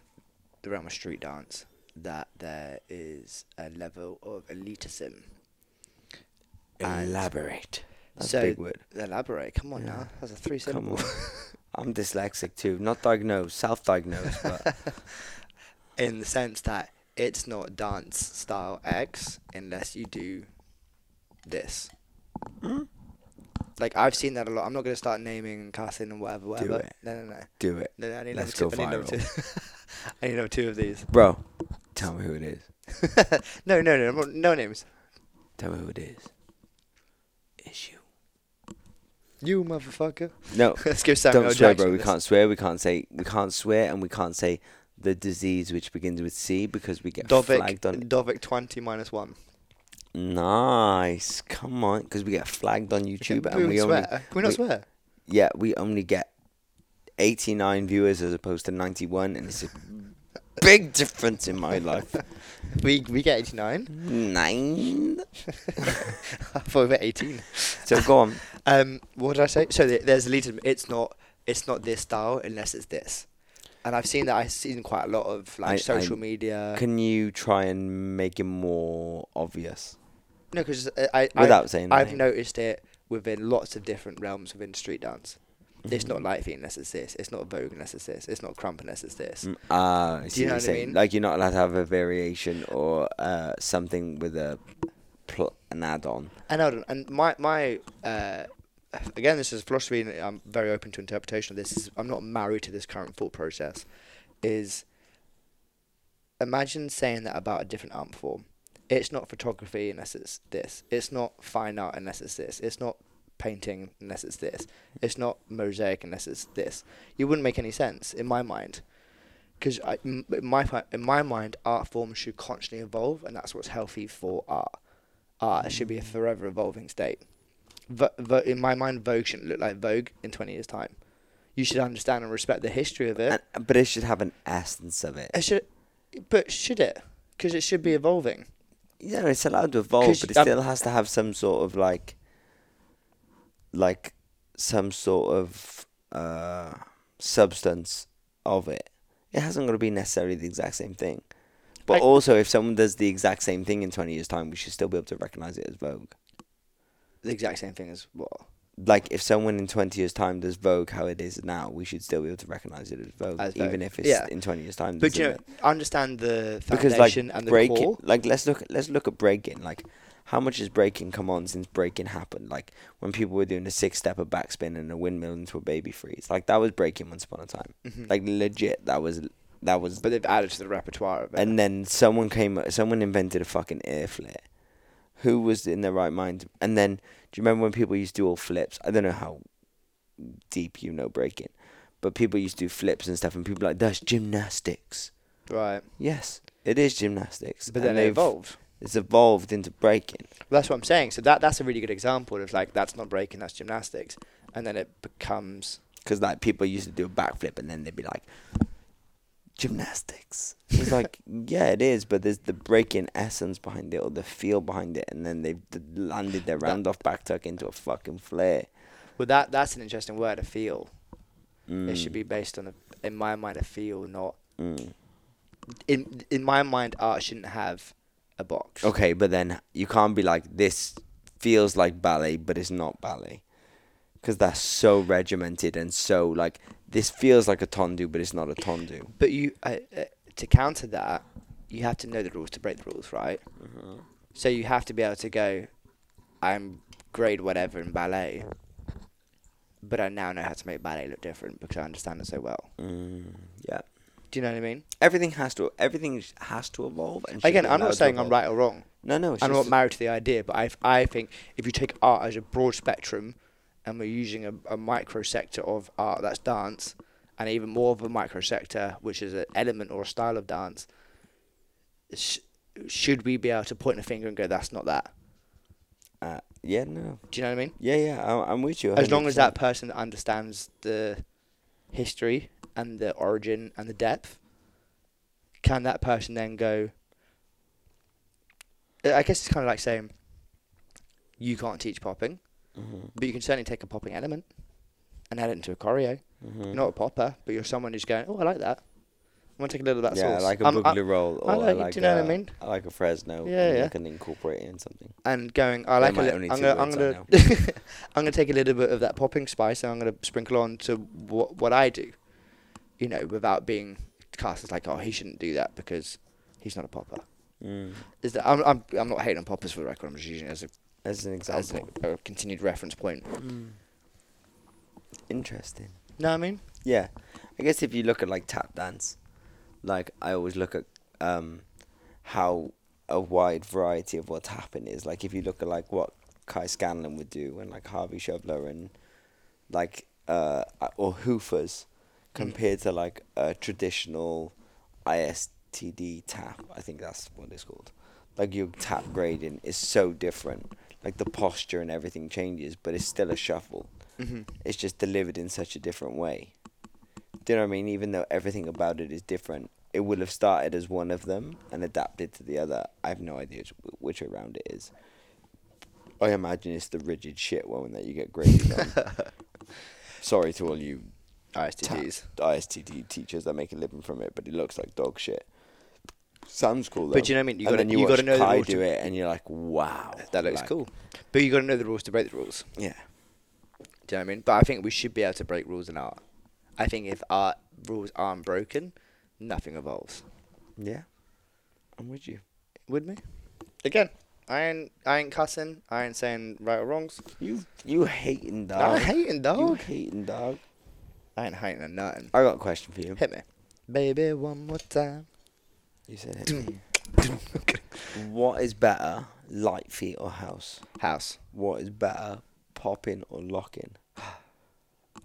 Speaker 2: the realm of street dance, that there is a level of elitism. And-
Speaker 1: Elaborate. That's
Speaker 2: So-
Speaker 1: a big word.
Speaker 2: Elaborate. Come on
Speaker 1: Yeah.
Speaker 2: now. That's a three
Speaker 1: Come
Speaker 2: syllable.
Speaker 1: on. I'm dyslexic too. Not diagnosed, self diagnosed, but
Speaker 2: in the sense that it's not dance style X unless you do this.
Speaker 1: Hmm?
Speaker 2: Like I've seen that a lot. I'm not gonna start naming and casting and whatever, whatever.
Speaker 1: it.
Speaker 2: No, no, no.
Speaker 1: do it.
Speaker 2: No, no, I need
Speaker 1: Let's
Speaker 2: number
Speaker 1: go
Speaker 2: two. I need number two. I need number two of these.
Speaker 1: Bro, tell me who it is.
Speaker 2: no, no, no, no, no names.
Speaker 1: Tell me who it is. It's you.
Speaker 2: You motherfucker.
Speaker 1: No,
Speaker 2: Let's go Samuel
Speaker 1: Don't swear,
Speaker 2: Jackson
Speaker 1: bro. We
Speaker 2: this.
Speaker 1: can't swear. We can't say. We can't swear, and we can't say the disease which begins with C because we get
Speaker 2: Dovic.
Speaker 1: flagged on.
Speaker 2: Dovic twenty minus one.
Speaker 1: Nice, come on, because we get flagged on
Speaker 2: Okay,
Speaker 1: YouTube,
Speaker 2: we
Speaker 1: and we
Speaker 2: swear.
Speaker 1: only
Speaker 2: Can we not
Speaker 1: we-
Speaker 2: swear?
Speaker 1: yeah we only get eighty nine viewers as opposed to ninety one, and it's a big difference in my life.
Speaker 2: We we get eighty nine.
Speaker 1: Nine.
Speaker 2: I thought we were eighteen.
Speaker 1: So go on.
Speaker 2: Um, what did I say? So th- there's elitism. It's not. It's not this style unless it's this. And I've seen that. I've seen quite a lot of like
Speaker 1: I-
Speaker 2: social
Speaker 1: I-
Speaker 2: media.
Speaker 1: Can you try and make it more obvious?
Speaker 2: no, because I, I
Speaker 1: Without saying the
Speaker 2: I've
Speaker 1: name.
Speaker 2: noticed it within lots of different realms within street dance. It's
Speaker 1: Mm-hmm.
Speaker 2: not Lightfeet unless it's this. It's not Vogue unless it's this. It's not Crump unless it's this.
Speaker 1: Mm, Ah, I
Speaker 2: Do
Speaker 1: see
Speaker 2: you
Speaker 1: what you're
Speaker 2: know what I
Speaker 1: saying.
Speaker 2: mean?
Speaker 1: Like you're not allowed to have a variation or uh, something with a pl- an add-on.
Speaker 2: And I don't, and my my uh, again, this is philosophy, and I'm very open to interpretation of this. Is I'm not married to this current thought process. Is imagine saying that about a different art form. It's not photography unless it's this. It's not fine art unless it's this. It's not painting unless it's this. It's not mosaic unless it's this. You wouldn't make any sense in my mind. Because in my fi- in my mind, art forms should constantly evolve, and that's what's healthy for art. Art should be a forever evolving state. Vo- vo- in my mind, Vogue shouldn't look like Vogue in twenty years' time. You should understand and respect the history of it. Eh.
Speaker 1: And, but it should have an essence of it.
Speaker 2: It should But should it? Because it should be evolving.
Speaker 1: Yeah, it's allowed to evolve,
Speaker 2: 'Cause
Speaker 1: but it
Speaker 2: I'm-
Speaker 1: still has to have some sort of like, like, some sort of uh, substance of it. It hasn't got to be necessarily the exact same thing. But
Speaker 2: I-
Speaker 1: also, if someone does the exact same thing in twenty years' time, we should still be able to recognize it as Vogue.
Speaker 2: The exact same thing as what?
Speaker 1: Like, if someone in twenty years' time does Vogue how it is now, we should still be able to recognize it as Vogue,
Speaker 2: As Vogue,
Speaker 1: even if it's
Speaker 2: yeah.
Speaker 1: in twenty years' time.
Speaker 2: But
Speaker 1: there's
Speaker 2: you
Speaker 1: a-
Speaker 2: know, I understand the
Speaker 1: because like
Speaker 2: foundation and the
Speaker 1: breaking,
Speaker 2: core.
Speaker 1: like let's look let's look at breaking. Like how much has breaking come on since breaking happened? Like when people were doing a six step, a backspin, and a windmill into a baby freeze. Like that was breaking once upon a time.
Speaker 2: Mhm.
Speaker 1: Like legit, that was that was.
Speaker 2: But they've added to the repertoire of it.
Speaker 1: and then someone came, someone invented a fucking air flare. Who was in their right mind? And then do you remember when people used to do all flips? I don't know how deep you know breaking, but people used to do flips and stuff, and people were like that's gymnastics.
Speaker 2: right.
Speaker 1: Yes, it is gymnastics.
Speaker 2: But
Speaker 1: and
Speaker 2: then they
Speaker 1: they've-
Speaker 2: evolved.
Speaker 1: It's evolved into breaking.
Speaker 2: Well, that's what I'm saying. So that that's a really good example of like that's not breaking, that's gymnastics. And then it becomes
Speaker 1: Because like people used to do a backflip and then they'd be like, gymnastics. It's like yeah, it is, but there's the breaking essence behind it or the feel behind it, and then they've d- landed their round off back tuck into a fucking flare.
Speaker 2: well that that's an interesting word, a feel. It should
Speaker 1: Mm,
Speaker 2: be based on a in my mind a feel, not
Speaker 1: mm.
Speaker 2: in in my mind art shouldn't have a box.
Speaker 1: Okay, but then you can't be like this feels like ballet, but it's not ballet. Because that's so regimented and so like this feels like a tondu, but it's not a tondu.
Speaker 2: But you uh, uh, to counter that, you have to know the rules to break the rules, right? Mm-hmm. So you have to be able to go, I'm grade whatever in ballet, but I now know how to make ballet look different because I understand it so well.
Speaker 1: Mm, yeah.
Speaker 2: Do you know what I mean?
Speaker 1: everything has to everything sh- has to evolve. And should
Speaker 2: Again,
Speaker 1: be
Speaker 2: I'm
Speaker 1: allowed
Speaker 2: not
Speaker 1: to
Speaker 2: saying I'm
Speaker 1: evolve.
Speaker 2: right or wrong.
Speaker 1: No, no, it's
Speaker 2: I'm
Speaker 1: just,
Speaker 2: not married to the idea, but I, I think if you take art as a broad spectrum and we're using a, a micro sector of art that's dance and even more of a micro sector, which is an element or a style of dance, sh- should we be able to point a finger and go, that's not that?
Speaker 1: uh, yeah, no,
Speaker 2: Do you know what I mean?
Speaker 1: yeah, yeah, I, I'm with you.
Speaker 2: As long as
Speaker 1: 100%.
Speaker 2: that person understands the history and the origin and the depth, can that person then go? I I guess it's kind of like saying you can't teach popping,
Speaker 1: Mhm,
Speaker 2: but you can certainly take a popping element and add it into a choreo.
Speaker 1: mhm.
Speaker 2: You're not a popper, but you're someone who's going, "Oh, I like that. I want to take a little of that
Speaker 1: yeah, I
Speaker 2: sauce."
Speaker 1: like a
Speaker 2: Um,
Speaker 1: boogaloo
Speaker 2: uh,
Speaker 1: roll, or
Speaker 2: I
Speaker 1: I
Speaker 2: like
Speaker 1: like,
Speaker 2: it, do you know what I
Speaker 1: uh,
Speaker 2: mean?
Speaker 1: I like a Fresno.
Speaker 2: Yeah,
Speaker 1: and
Speaker 2: yeah.
Speaker 1: I can incorporate it in something.
Speaker 2: and going, I like a
Speaker 1: my
Speaker 2: li-
Speaker 1: only
Speaker 2: I'm
Speaker 1: two
Speaker 2: gonna, I'm
Speaker 1: words I
Speaker 2: gonna, I'm gonna take a little bit of that popping spice and I'm gonna sprinkle on to what what I do, you know, without being cast as like, oh, he shouldn't do that because he's not a popper.
Speaker 1: Mm.
Speaker 2: Is that I'm, I'm I'm not hating on poppers for the record. I'm just using it as a
Speaker 1: As an
Speaker 2: as
Speaker 1: example, Mm.
Speaker 2: an, a continued reference point.
Speaker 1: interesting.
Speaker 2: No, I mean,
Speaker 1: Yeah, I guess if you look at like tap dance, like I always look at um how a wide variety of what's happened is. Like if you look at like what Kai Scanlon would do and like Harvey Shoveler and like uh or hoofers compared to like a traditional ISTD tap. I think that's what it's called. Like your tap grading is so different. Like the posture and everything changes, but it's still a shuffle it's just delivered in such a different way. Do you know what I mean? Even though everything about it is different, it will have started as one of them and adapted to the other. I have no idea which- which way round it is. I imagine it's the rigid shit one that you get graded on. Sorry to all you
Speaker 2: ISTDs.
Speaker 1: ta- ISTD teachers that make a living from it, but it looks like dog shit. Sounds cool though.
Speaker 2: But you know what I mean? You
Speaker 1: and
Speaker 2: gotta-
Speaker 1: then you,
Speaker 2: you gotta
Speaker 1: watch
Speaker 2: know the
Speaker 1: Kai
Speaker 2: rules to-
Speaker 1: do it, and you're like, wow,
Speaker 2: That looks
Speaker 1: Like,
Speaker 2: cool, but you got to know the rules to break the rules.
Speaker 1: Yeah.
Speaker 2: Do you know what I mean? But I think we should be able to break rules in art. I think if art rules aren't broken, nothing evolves.
Speaker 1: Yeah. I'm with you.
Speaker 2: Would me? Again, I ain't I ain't cussing. I ain't saying right or wrongs.
Speaker 1: You you hating dog.
Speaker 2: I ain't hating
Speaker 1: You
Speaker 2: dog.
Speaker 1: hating dog.
Speaker 2: I ain't hating on nothing.
Speaker 1: I got a question for you.
Speaker 2: Hit me, baby, one more time.
Speaker 1: You said it. What is better, light feet or house?
Speaker 2: House.
Speaker 1: What is better, popping or locking?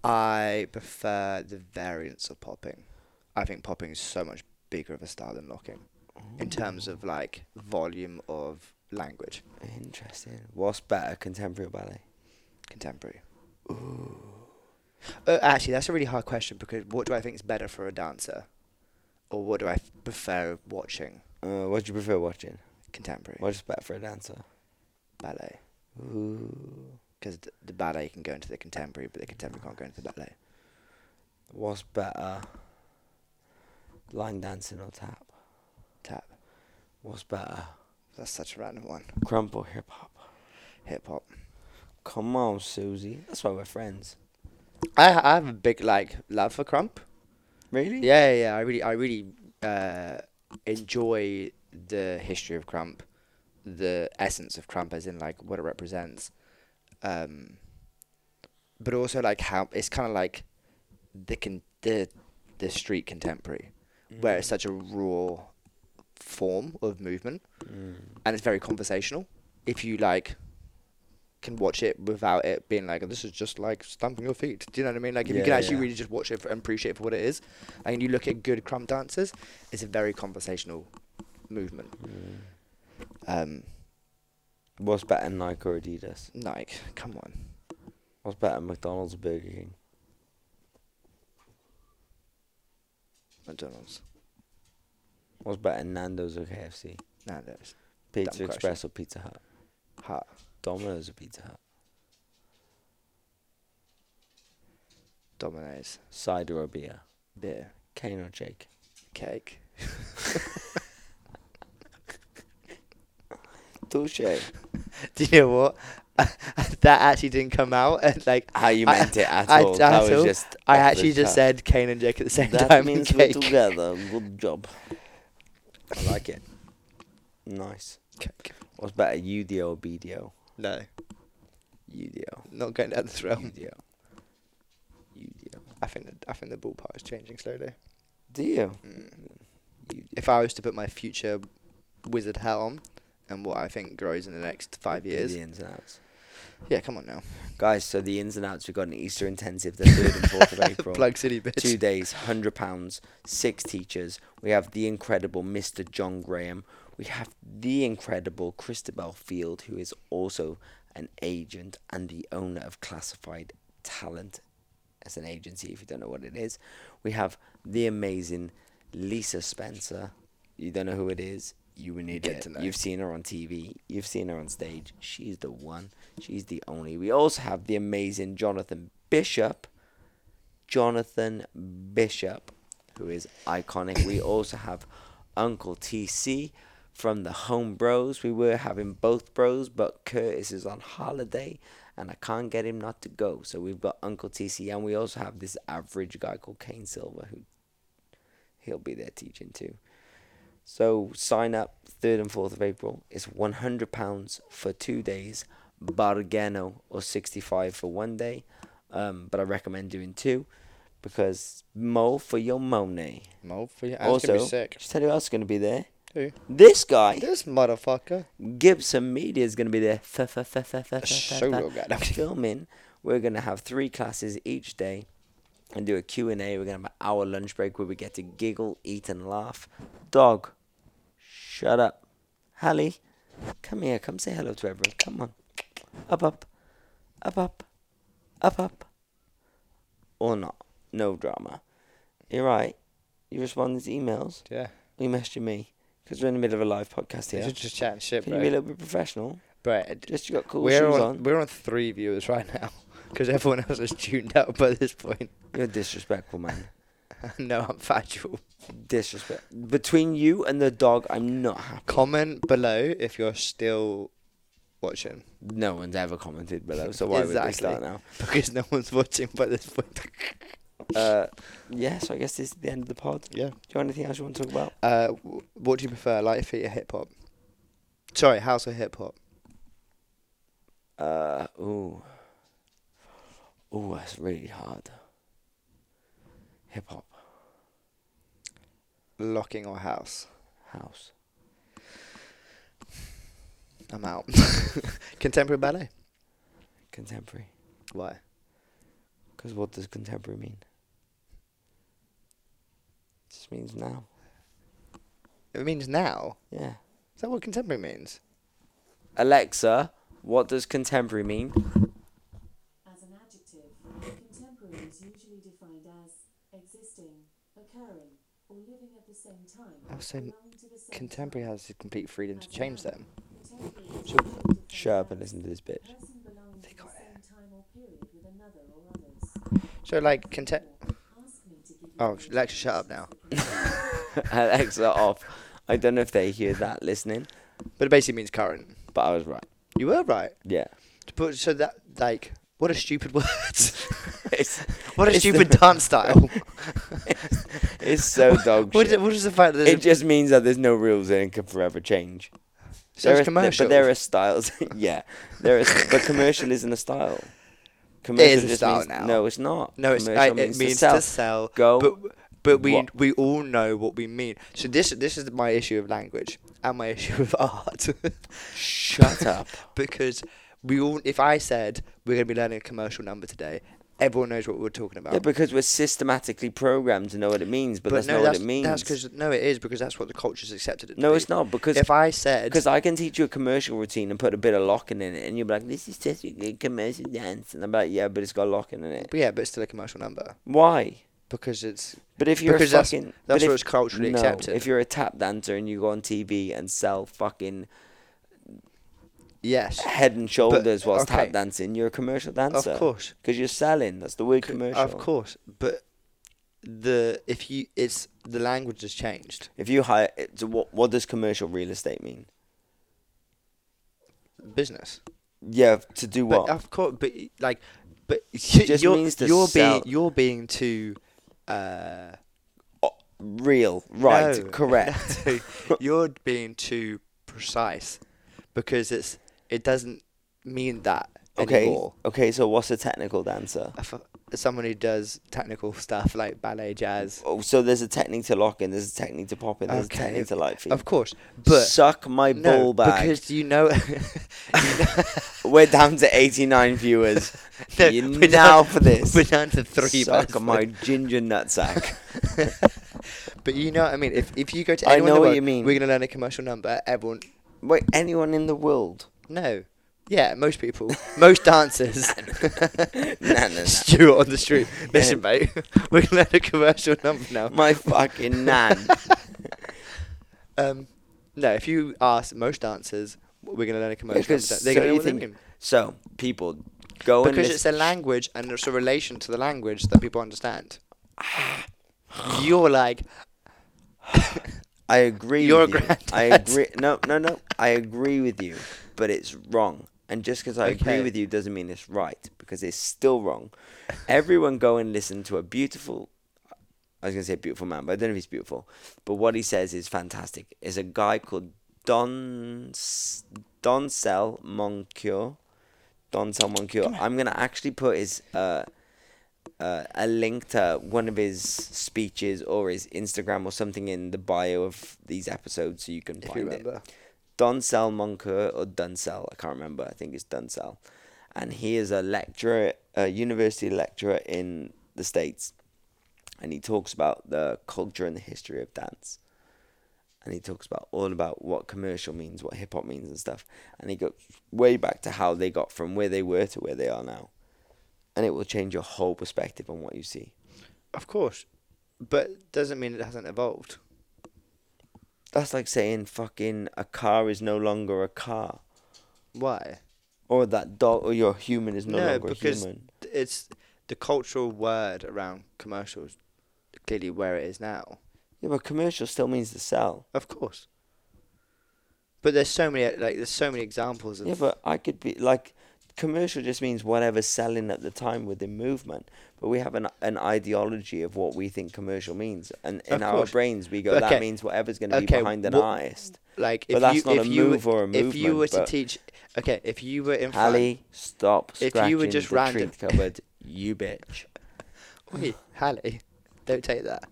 Speaker 2: I prefer the variance of popping. I think popping is so much bigger of a style than locking, in terms of like volume of language.
Speaker 1: Interesting. What's better, contemporary or ballet?
Speaker 2: contemporary. Uh, actually, that's a really hard question because what do I think is better for a dancer? or what do I f- prefer watching?
Speaker 1: Uh, what do you prefer watching?
Speaker 2: Contemporary
Speaker 1: What's better for a dancer?
Speaker 2: ballet,
Speaker 1: Ooh.
Speaker 2: because the, the ballet can go into the contemporary, but the contemporary can't go into the ballet.
Speaker 1: What's better? Line dancing or tap?
Speaker 2: Tap.
Speaker 1: What's better?
Speaker 2: That's such a random one.
Speaker 1: Crump or hip hop?
Speaker 2: Hip hop.
Speaker 1: Come on, Susie. That's why we're friends.
Speaker 2: I I have a big like love for crump.
Speaker 1: Really?
Speaker 2: Yeah, yeah, yeah. I really, I really uh, enjoy the history of Crump, the essence of Crump, as in like what it represents, um, but also like how it's kind of like the con- the the street contemporary, where
Speaker 1: Mm-hmm.
Speaker 2: it's such a raw form of movement,
Speaker 1: Mm.
Speaker 2: and it's very conversational. If you like. Can watch it without it being like this is just like stamping your feet. Do you know what I mean? Like if you
Speaker 1: Yeah,
Speaker 2: can actually
Speaker 1: yeah.
Speaker 2: really just watch it for, and appreciate it for what it is, and you look at good crump dancers, it's a very conversational movement.
Speaker 1: Mm.
Speaker 2: Um,
Speaker 1: What's better, Nike or Adidas?
Speaker 2: Nike, come on.
Speaker 1: What's better, McDonald's or Burger King?
Speaker 2: McDonald's.
Speaker 1: What's better, Nando's or KFC?
Speaker 2: Nando's.
Speaker 1: Pizza
Speaker 2: question.
Speaker 1: Express or Pizza Hut?
Speaker 2: Hot.
Speaker 1: Domino's or Pizza Hut?
Speaker 2: Domino's.
Speaker 1: Cider or beer?
Speaker 2: Beer.
Speaker 1: Cane or Jake?
Speaker 2: Cake.
Speaker 1: Touche.
Speaker 2: Do you know what? that actually didn't come out. And like
Speaker 1: How you
Speaker 2: I-
Speaker 1: meant it at
Speaker 2: I-
Speaker 1: all.
Speaker 2: at
Speaker 1: that was
Speaker 2: all.
Speaker 1: just.
Speaker 2: I
Speaker 1: off the
Speaker 2: actually just
Speaker 1: cuff.
Speaker 2: said Kane and Jake at the same
Speaker 1: That
Speaker 2: time.
Speaker 1: means
Speaker 2: and cake.
Speaker 1: we're together. Good job. I like it. Nice.
Speaker 2: Cake.
Speaker 1: What's better, UDO or BDO?
Speaker 2: No,
Speaker 1: UDO.
Speaker 2: not going down this realm.
Speaker 1: UDO. UDO.
Speaker 2: I think the, I think the ballpark is changing slowly.
Speaker 1: Do you?
Speaker 2: Mm.
Speaker 1: UDO.
Speaker 2: If I was to put my future wizard hat on, and what I think grows in the next five
Speaker 1: Do
Speaker 2: years,
Speaker 1: The ins and outs.
Speaker 2: yeah, come on now.
Speaker 1: Guys, so the ins and outs, we've got an Easter intensive the 3rd and 4th of April.
Speaker 2: Plug City bitch.
Speaker 1: Two days, hundred pounds, six teachers. We have the incredible Mr. John Graham. We have the incredible Christabel Field, who is also an agent and the owner of Classified Talent as an agency, if you don't know what it is. We have the amazing Lisa Spencer. You don't know who it is. You will need
Speaker 2: Get
Speaker 1: it.
Speaker 2: to know.
Speaker 1: You've seen her on TV. You've seen her on stage. She's the one. She's the only. We also have the amazing Jonathan Bishop. Jonathan Bishop, who is iconic. We also have Uncle TC from the Home Bros. We were having both bros, but Curtis is on holiday and I can't get him not to go. So we've got Uncle TC and we also have this average guy called Kane Silver who he'll be there teaching too. So sign up 3rd and 4th of April. It's £100 for two days, Bargano or 65 for one day. Um, but I recommend doing two because mo for your money.
Speaker 2: Mold for your
Speaker 1: also, just tell you who else is going to be there.
Speaker 2: Who?
Speaker 1: This guy,
Speaker 2: This motherfucker.
Speaker 1: Gibson Media, is going to be there.
Speaker 2: solo guy.
Speaker 1: Filming. We're going to have three classes each day and do a Q&A. We're going to have an hour lunch break where we get to giggle, eat, and laugh. Dog, shut up. Hallie, come here. Come say hello to everyone. Come on. Up, up. Up, up. Up, up. Or not. No drama. You're right. You responding to emails.
Speaker 2: Yeah.
Speaker 1: Are you messaging me? Because we're in the middle of a live podcast here.
Speaker 2: Just, just chatting shit,
Speaker 1: Can
Speaker 2: bro.
Speaker 1: you be a little bit professional?
Speaker 2: Bro, it-
Speaker 1: Just you got cool
Speaker 2: we're
Speaker 1: shoes
Speaker 2: on,
Speaker 1: on.
Speaker 2: we're on three viewers right now because everyone else is tuned out by this point.
Speaker 1: You're disrespectful, man.
Speaker 2: no, I'm factual.
Speaker 1: Disrespect. Between you and the dog, I'm not happy.
Speaker 2: Comment below if you're still watching
Speaker 1: No one's ever commented below, so why would they start now?
Speaker 2: because no one's watching by this point.
Speaker 1: Uh, yeah, so I guess this is the end of the pod. Do
Speaker 2: yeah.
Speaker 1: you want anything else you want to talk about?
Speaker 2: Uh, w- what do you prefer, light feet or hip hop? Sorry, house or hip hop?
Speaker 1: Uh, ooh. Ooh, that's really hard. Hip hop,
Speaker 2: Locking or house?
Speaker 1: house,
Speaker 2: I'm out. Contemporary ballet.
Speaker 1: contemporary.
Speaker 2: Why?
Speaker 1: Because what does contemporary mean? just means now.
Speaker 2: It means now.
Speaker 1: Yeah.
Speaker 2: Is that what contemporary means?
Speaker 1: Alexa, what does contemporary mean?
Speaker 3: As an adjective, contemporary is usually defined as existing, occurring, or living at the same time,
Speaker 2: I was saying
Speaker 3: belonging to the same
Speaker 2: Oh, contemporary has the complete freedom to change them.
Speaker 3: Contemporary is
Speaker 2: Shut-
Speaker 3: adopted from
Speaker 1: Shut up and
Speaker 3: others.
Speaker 1: listen to this bitch.
Speaker 3: Person belonging
Speaker 2: They
Speaker 3: to
Speaker 2: got
Speaker 3: the
Speaker 2: it.
Speaker 3: same time or period with another or others.
Speaker 2: So like contem-
Speaker 3: Ask me to give you
Speaker 2: Oh,
Speaker 3: the
Speaker 2: Lex, shut up now.
Speaker 1: Alexa off. I don't know if they hear that listening,
Speaker 2: But it basically means current.
Speaker 1: but I was right.
Speaker 2: You were right.
Speaker 1: Yeah.
Speaker 2: To put so that like what a stupid word.
Speaker 1: It's,
Speaker 2: what a
Speaker 1: it's
Speaker 2: stupid
Speaker 1: the-
Speaker 2: dance style.
Speaker 1: It's so dog
Speaker 2: what,
Speaker 1: shit.
Speaker 2: is, what is the fact that
Speaker 1: It
Speaker 2: there's a-
Speaker 1: just means that there's no rules and it can forever change.
Speaker 2: so it's
Speaker 1: are,
Speaker 2: commercial?
Speaker 1: But there are styles. yeah, there is. But commercial isn't a style. Commercial
Speaker 2: a
Speaker 1: just
Speaker 2: style
Speaker 1: means-
Speaker 2: now.
Speaker 1: No, it's not.
Speaker 2: no, it's,
Speaker 1: Commercial
Speaker 2: I, it means to sell.
Speaker 1: Go.
Speaker 2: But, but we
Speaker 1: what-
Speaker 2: we all know what we mean. So this this is my issue of language and my issue of art.
Speaker 1: Shut up.
Speaker 2: because we all if I said we're gonna be learning a commercial number today, everyone knows what we're talking about.
Speaker 1: Yeah, because we're systematically programmed to know what it means, but, that's
Speaker 2: no,
Speaker 1: not
Speaker 2: that's,
Speaker 1: what it means.
Speaker 2: That's because no, it is because that's what the culture's accepted. It to
Speaker 1: no,
Speaker 2: be.
Speaker 1: it's not because
Speaker 2: If I said
Speaker 1: because I can teach you a commercial routine and put a bit of locking in it, and you'll be like, "This is just a good commercial dance," and I'm like, "Yeah, but it's got locking in it.
Speaker 2: But yeah, but it's still a commercial number
Speaker 1: Why?"
Speaker 2: because it's
Speaker 1: But if you're
Speaker 2: Because
Speaker 1: a
Speaker 2: that's-
Speaker 1: fucking
Speaker 2: that's
Speaker 1: but
Speaker 2: what
Speaker 1: if-
Speaker 2: it's culturally
Speaker 1: no,
Speaker 2: accepted.
Speaker 1: If you're a tap dancer and you go on TV and sell fucking
Speaker 2: yes,
Speaker 1: head and shoulders whilst
Speaker 2: okay.
Speaker 1: tap dancing, you're a commercial dancer.
Speaker 2: of course,
Speaker 1: Because you're selling. That's the word
Speaker 2: c-
Speaker 1: commercial.
Speaker 2: of course. But the if you it's the language has changed.
Speaker 1: If you hire, so what, what does commercial real estate mean?
Speaker 2: Business,
Speaker 1: Yeah, to do
Speaker 2: but uh,
Speaker 1: what?
Speaker 2: of course, but like, but
Speaker 1: just
Speaker 2: you're
Speaker 1: means to
Speaker 2: you're
Speaker 1: sell-
Speaker 2: being you're being too. Uh,
Speaker 1: real, right,
Speaker 2: no,
Speaker 1: correct.
Speaker 2: no, you're being too precise because it's it doesn't mean that
Speaker 1: okay,
Speaker 2: anymore.
Speaker 1: okay. So what's a technical dancer?
Speaker 2: If, uh, Someone who does technical stuff like ballet, jazz,
Speaker 1: Oh, so there's a technique to lock in. There's a technique to pop in. There's
Speaker 2: Okay,
Speaker 1: a technique to light feed.
Speaker 2: of course, but
Speaker 1: suck my
Speaker 2: No,
Speaker 1: ball back.
Speaker 2: because you know.
Speaker 1: We're down to 89 viewers.
Speaker 2: No,
Speaker 1: You're
Speaker 2: we're down-
Speaker 1: now for this.
Speaker 2: We're down to three.
Speaker 1: suck
Speaker 2: bastards.
Speaker 1: my ginger nutsack.
Speaker 2: But you know what I mean. If if you go to
Speaker 1: I
Speaker 2: anyone in
Speaker 1: know
Speaker 2: the
Speaker 1: what
Speaker 2: world,
Speaker 1: you mean.
Speaker 2: We're gonna learn a commercial number. Everyone,
Speaker 1: Wait, anyone in the world?
Speaker 2: no, yeah, most people, most dancers.
Speaker 1: No, no, no.
Speaker 2: Stuart on the street. Listen, mate, we're gonna learn a commercial number now.
Speaker 1: My fucking nan.
Speaker 2: Um, no, if you ask most dancers, we're gonna learn a commercial
Speaker 1: because
Speaker 2: number. They're
Speaker 1: so
Speaker 2: gonna know
Speaker 1: you
Speaker 2: what they
Speaker 1: think-
Speaker 2: mean.
Speaker 1: So people go and
Speaker 2: because
Speaker 1: listen-
Speaker 2: it's a language and it's a relation to the language that people understand. You're like,
Speaker 1: I agree.
Speaker 2: You're
Speaker 1: with
Speaker 2: a
Speaker 1: you. I
Speaker 2: granddad.
Speaker 1: agree. No, no, no. I agree with you, but it's wrong. And just because I
Speaker 2: Okay.
Speaker 1: agree with you doesn't mean it's right because it's still wrong. Everyone go and listen to a beautiful. I was gonna say beautiful man, but I don't know if he's beautiful. But what he says is fantastic. Is a guy called Don S- Doncel Moncure. Doncel Moncure. I'm gonna actually put his uh, uh, a link to one of his speeches or his Instagram or something in the bio of these episodes so you can
Speaker 2: if
Speaker 1: find
Speaker 2: you
Speaker 1: it.
Speaker 2: remember.
Speaker 1: Doncel Moncur or Duncel, I can't remember. I think it's Duncel. And he is a lecturer, a university lecturer in the States. And he talks about the culture and the history of dance. And he talks about all about what commercial means, what hip hop means and stuff. And he goes way back to how they got from where they were to where they are now. And it will change your whole perspective on what you see.
Speaker 2: Of course, but doesn't mean it hasn't evolved.
Speaker 1: That's like saying fucking a car is no longer a car.
Speaker 2: Why?
Speaker 1: Or that dog or your human is no,
Speaker 2: No,
Speaker 1: longer
Speaker 2: because
Speaker 1: a human.
Speaker 2: Th- It's the cultural word around commercials, clearly where it is now.
Speaker 1: Yeah, but commercial still means to sell.
Speaker 2: Of course. But there's so many like there's so many examples of
Speaker 1: Yeah, but I could be like commercial just means whatever's selling at the time within movement. But we have an an ideology of what we think commercial means. And in
Speaker 2: Of
Speaker 1: our
Speaker 2: course.
Speaker 1: brains we go,
Speaker 2: But okay.
Speaker 1: that means whatever's gonna be
Speaker 2: Okay,
Speaker 1: behind an
Speaker 2: what-
Speaker 1: artist.
Speaker 2: like
Speaker 1: but
Speaker 2: if
Speaker 1: that's
Speaker 2: you
Speaker 1: not
Speaker 2: if
Speaker 1: a
Speaker 2: you
Speaker 1: move or a
Speaker 2: if you
Speaker 1: movement,
Speaker 2: were to
Speaker 1: but-
Speaker 2: teach okay if you were in front
Speaker 1: Ali, stop
Speaker 2: if
Speaker 1: scratching
Speaker 2: you were just
Speaker 1: the
Speaker 2: random-
Speaker 1: treat cupboard, you bitch.
Speaker 2: Wait, Hallie, don't take that.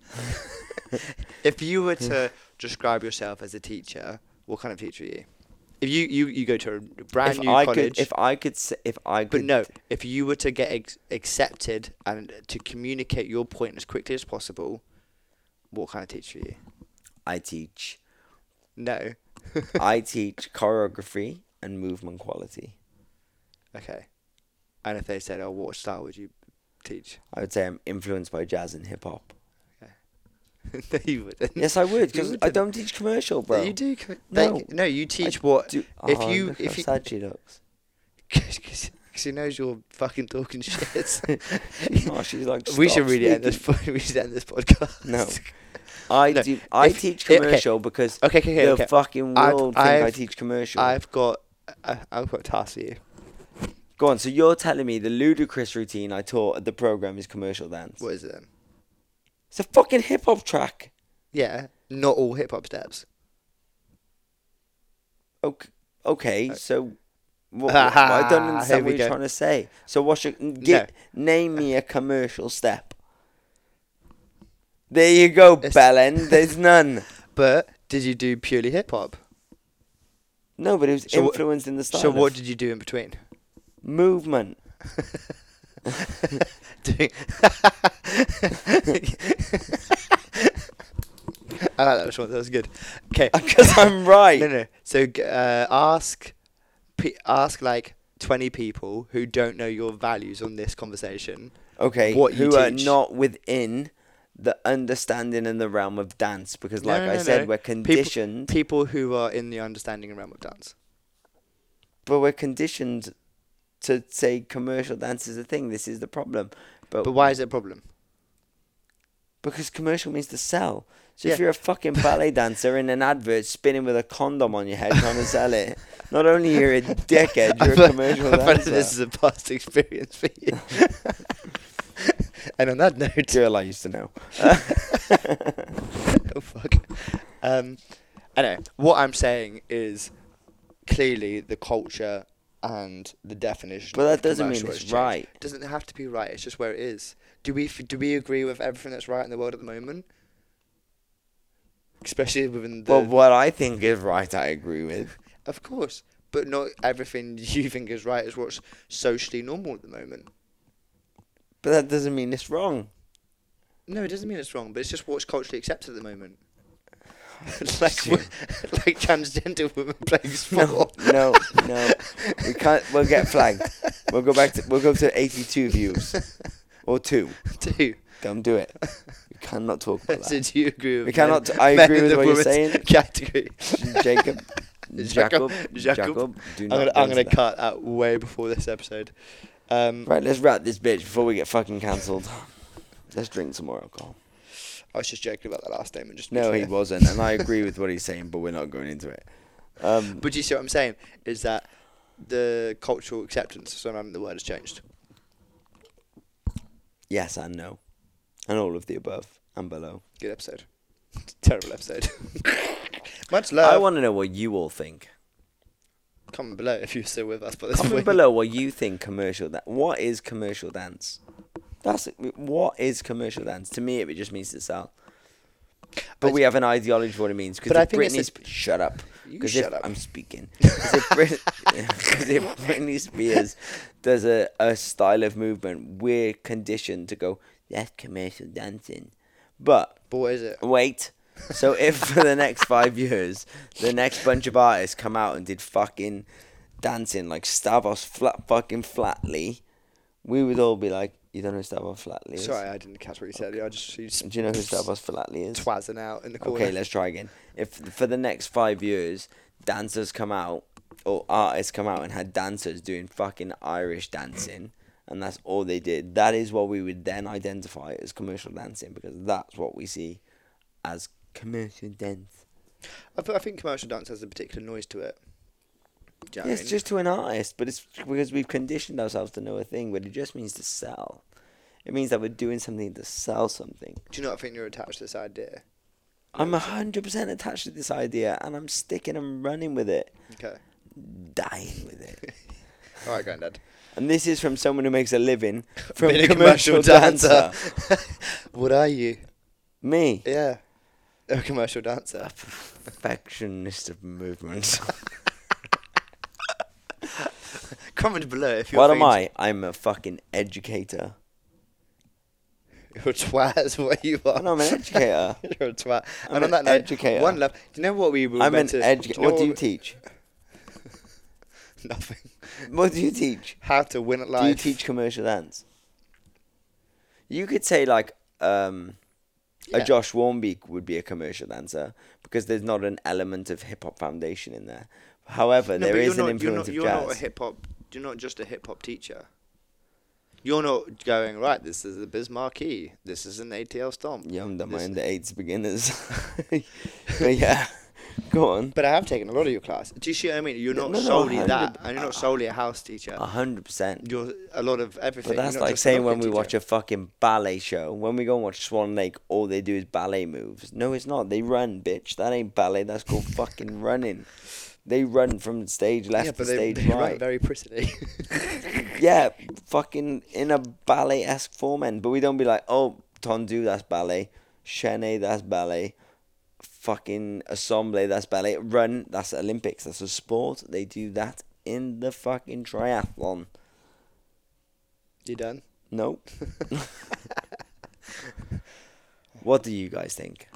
Speaker 2: if you were to describe yourself as a teacher, what kind of teacher are you? If you, you, you go to a brand
Speaker 1: if
Speaker 2: new
Speaker 1: I
Speaker 2: college,
Speaker 1: could if I could s- if I could
Speaker 2: but no, if you were to get ex- accepted and to communicate your point as quickly as possible, what kind of teacher are you?
Speaker 1: I teach
Speaker 2: No.
Speaker 1: I teach choreography and movement quality.
Speaker 2: Okay. And if they said, "Oh, what style would you teach?"
Speaker 1: I would say I'm influenced by jazz and hip hop.
Speaker 2: no, you wouldn't.
Speaker 1: Yes, I would
Speaker 2: You
Speaker 1: because I
Speaker 2: wouldn't.
Speaker 1: don't teach commercial, bro.
Speaker 2: You do. Com-
Speaker 1: No.
Speaker 2: no, no, you teach what
Speaker 1: Do-
Speaker 2: if
Speaker 1: Oh,
Speaker 2: you
Speaker 1: look
Speaker 2: if
Speaker 1: how
Speaker 2: you
Speaker 1: sad she looks.
Speaker 2: because he knows you're fucking talking shit.
Speaker 1: Oh, she's like.
Speaker 2: we
Speaker 1: "Stop
Speaker 2: should really end this.
Speaker 1: speaking."
Speaker 2: po- We should end this podcast.
Speaker 1: No. I
Speaker 2: No,
Speaker 1: do. I
Speaker 2: if-
Speaker 1: teach
Speaker 2: eh, okay.
Speaker 1: commercial because
Speaker 2: Okay, okay, okay.
Speaker 1: the
Speaker 2: okay.
Speaker 1: fucking
Speaker 2: I've-
Speaker 1: world think I
Speaker 2: I've-
Speaker 1: teach commercial.
Speaker 2: I've got I, I've got a task for you.
Speaker 1: Go on. So you're telling me the ludicrous routine I taught at the program is commercial dance?
Speaker 2: What is it? Then?
Speaker 1: It's a fucking hip hop track.
Speaker 2: Yeah, not all hip hop steps.
Speaker 1: Okay. Okay. So. What, I don't
Speaker 2: Uh, Here
Speaker 1: understand what
Speaker 2: we
Speaker 1: you're
Speaker 2: go.
Speaker 1: trying to say. So what's your n- get, name me a commercial step? There you go,
Speaker 2: It's-
Speaker 1: Belen. There's none.
Speaker 2: But did you do purely hip hop?
Speaker 1: No, but it was
Speaker 2: So what-
Speaker 1: influenced in the style.
Speaker 2: So what did you do in between?
Speaker 1: movement?
Speaker 2: Doing. I like that one. That was good. Okay.
Speaker 1: Because I'm right.
Speaker 2: No, no. So g- uh, ask, pe- ask like twenty people who don't know your values on this conversation.
Speaker 1: Okay,
Speaker 2: What you
Speaker 1: who are
Speaker 2: teach.
Speaker 1: not within the understanding and the realm of dance? Because,
Speaker 2: No,
Speaker 1: like
Speaker 2: no,
Speaker 1: I
Speaker 2: no,
Speaker 1: said,
Speaker 2: no.
Speaker 1: we're
Speaker 2: People-
Speaker 1: conditioned,
Speaker 2: People who are in the understanding and realm of dance.
Speaker 1: but we're conditioned to say commercial dance is a thing. This is the problem. But,
Speaker 2: But why is it a problem?
Speaker 1: because commercial means to sell. So if
Speaker 2: Yeah.
Speaker 1: you're a fucking ballet dancer in an advert spinning with a condom on your head trying to sell it, not only you're a dickhead,
Speaker 2: I
Speaker 1: you're a
Speaker 2: feel-
Speaker 1: commercial
Speaker 2: I feel like
Speaker 1: dancer.
Speaker 2: this is a past experience for you. and on that note,
Speaker 1: Girl, I used to know.
Speaker 2: oh fuck. Um, anyway, what I'm saying is clearly the culture and the definition.
Speaker 1: But that
Speaker 2: of
Speaker 1: doesn't mean
Speaker 2: commercial has
Speaker 1: it's
Speaker 2: changed.
Speaker 1: right.
Speaker 2: Doesn't have to be right. It's just where it is. Do we f- do we agree with everything that's right in the world at the moment? Especially within the.
Speaker 1: Well, what I think is right, I agree with.
Speaker 2: Of course, but not everything you think is right is what's socially normal at the moment.
Speaker 1: But that doesn't mean it's wrong.
Speaker 2: No, it doesn't mean it's wrong, but it's just what's culturally accepted at the moment. like, wo- like transgender women playing
Speaker 1: No,
Speaker 2: sport.
Speaker 1: no, no. We can't. We'll get flagged. We'll go back to. We'll go to eighty-two views or two.
Speaker 2: Do
Speaker 1: Don't do it. We cannot talk about
Speaker 2: so
Speaker 1: that.
Speaker 2: do you agree with
Speaker 1: We cannot.
Speaker 2: men-
Speaker 1: I
Speaker 2: men
Speaker 1: agree
Speaker 2: in
Speaker 1: with
Speaker 2: the
Speaker 1: what you're
Speaker 2: women's
Speaker 1: saying,
Speaker 2: Category.
Speaker 1: Jacob. Jacob.
Speaker 2: Jacob, Jacob.
Speaker 1: Jacob. Do
Speaker 2: I'm
Speaker 1: not.
Speaker 2: gonna,
Speaker 1: go
Speaker 2: I'm gonna
Speaker 1: into that.
Speaker 2: cut out way before this episode. Um,
Speaker 1: Right. Let's wrap this bitch before we get fucking cancelled. Let's drink some more alcohol.
Speaker 2: I was just joking about that last statement. Just to be
Speaker 1: No, he
Speaker 2: clear.
Speaker 1: wasn't, and I agree with what he's saying, but we're not going into it. Um,
Speaker 2: But do you see what I'm saying? Is that the cultural acceptance? So um, the word has changed.
Speaker 1: yes and no, and all of the above and below.
Speaker 2: Good episode. Terrible episode. Much
Speaker 1: I
Speaker 2: love.
Speaker 1: want to know what you all think.
Speaker 2: Comment below if you're still with us by this
Speaker 1: Comment
Speaker 2: point.
Speaker 1: below what you think commercial dance. What is commercial dance? That's what is commercial dance. To me, it just means to sell. But
Speaker 2: I-
Speaker 1: we have an ideology of what it means. Because
Speaker 2: But I
Speaker 1: if
Speaker 2: think it's
Speaker 1: Britney,
Speaker 2: a-
Speaker 1: Sp- shut up.
Speaker 2: You
Speaker 1: Because
Speaker 2: shut up.
Speaker 1: I'm speaking. Because if, Brit- 'cause if Britney Spears does a, a style of movement, we're conditioned to go. That's commercial dancing. But
Speaker 2: But what is it?
Speaker 1: Wait. So if for the next five years, the next bunch of artists come out and did fucking dancing like Stavros flat fucking flatly, we would all be like, "You don't know who Stavros flatly is?
Speaker 2: Sorry, I didn't catch what you said. I just you
Speaker 1: Do you know who Stavros flatly is?
Speaker 2: twazzing out in the corner.
Speaker 1: Okay, let's try again. If for the next five years, dancers come out or artists come out and had dancers doing fucking Irish dancing, and that's all they did. That is what we would then identify as commercial dancing because that's what we see as commercial dance.
Speaker 2: I, th- I think commercial dance has a particular noise to it. Do you know what I
Speaker 1: Yes,
Speaker 2: mean?
Speaker 1: it's just to an artist, but it's because we've conditioned ourselves to know a thing, but it just means to sell. It means that we're doing something to sell something.
Speaker 2: Do you not think you're attached to this idea?
Speaker 1: I'm 100% attached to this idea and I'm sticking and running with it,
Speaker 2: Okay.
Speaker 1: dying with it.
Speaker 2: All right, granddad.
Speaker 1: And this is from someone who makes a living from
Speaker 2: Being
Speaker 1: a commercial, dancer.
Speaker 2: what are you?
Speaker 1: Me,
Speaker 2: Yeah. A commercial dancer.
Speaker 1: perfectionist of movement.
Speaker 2: Comment below if you're.
Speaker 1: what am I? I'm a fucking educator.
Speaker 2: You're a twat. Is what you are.
Speaker 1: And I'm an educator.
Speaker 2: You're a twat.
Speaker 1: I'm
Speaker 2: and on
Speaker 1: an
Speaker 2: that note,
Speaker 1: educator.
Speaker 2: one love. Do you know what we were
Speaker 1: I'm an
Speaker 2: meant to?
Speaker 1: educator.
Speaker 2: know
Speaker 1: What do you
Speaker 2: we-
Speaker 1: teach?
Speaker 2: Nothing.
Speaker 1: What do you teach?
Speaker 2: How to win at life.
Speaker 1: Do you teach commercial dance? You could say like, um, A
Speaker 2: Yeah.
Speaker 1: Josh Warmbeek would be a commercial dancer because there's not an element of hip hop foundation in there. However, there
Speaker 2: but
Speaker 1: is
Speaker 2: you're
Speaker 1: an
Speaker 2: not, you're
Speaker 1: influence
Speaker 2: not,
Speaker 1: of
Speaker 2: you're not a
Speaker 1: jazz.
Speaker 2: hip hop. You're not just a hip hop teacher. You're not going right. This is a Bismarcky. This is an ATL stomp.
Speaker 1: Yeah, I'm the
Speaker 2: This-
Speaker 1: mind the eights beginners. but yeah, go on.
Speaker 2: But I have taken a lot of your class. Do you see what I mean? You're
Speaker 1: No,
Speaker 2: not
Speaker 1: no, no,
Speaker 2: solely
Speaker 1: 100
Speaker 2: that, and you're not solely a house teacher.
Speaker 1: A hundred percent.
Speaker 2: You're a lot of everything.
Speaker 1: Ah. But
Speaker 2: You're
Speaker 1: that's
Speaker 2: not
Speaker 1: like
Speaker 2: just a
Speaker 1: saying when
Speaker 2: locking
Speaker 1: we
Speaker 2: teacher.
Speaker 1: watch a fucking ballet show. When we go and watch Swan Lake, all they do is ballet moves. No, it's not. They run, bitch. That ain't ballet. That's called fucking running. They run from stage left
Speaker 2: yeah,
Speaker 1: to
Speaker 2: but they,
Speaker 1: stage
Speaker 2: they run
Speaker 1: right.
Speaker 2: very prettily.
Speaker 1: yeah, fucking in a ballet esque form, and but we don't be like, oh, tondu, that's ballet, chené, that's ballet, fucking assemble, that's ballet, run, that's Olympics, that's a sport. They do that in the fucking triathlon.
Speaker 2: You done?
Speaker 1: Nope. what do you guys think?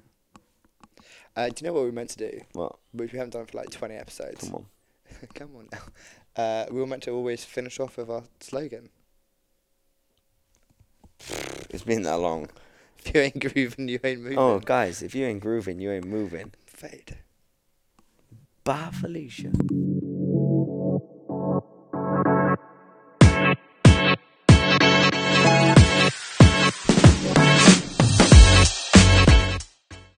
Speaker 2: Uh, do you know what we meant to do?
Speaker 1: What?
Speaker 2: Which we haven't done for like 20 episodes.
Speaker 1: Come on.
Speaker 2: Come on now. Uh, we were meant to always finish off with our slogan.
Speaker 1: It's been that long.
Speaker 2: If you ain't grooving, you ain't moving.
Speaker 1: Oh, guys, if you ain't grooving, you ain't moving.
Speaker 2: Fade.
Speaker 1: Bye, Felicia.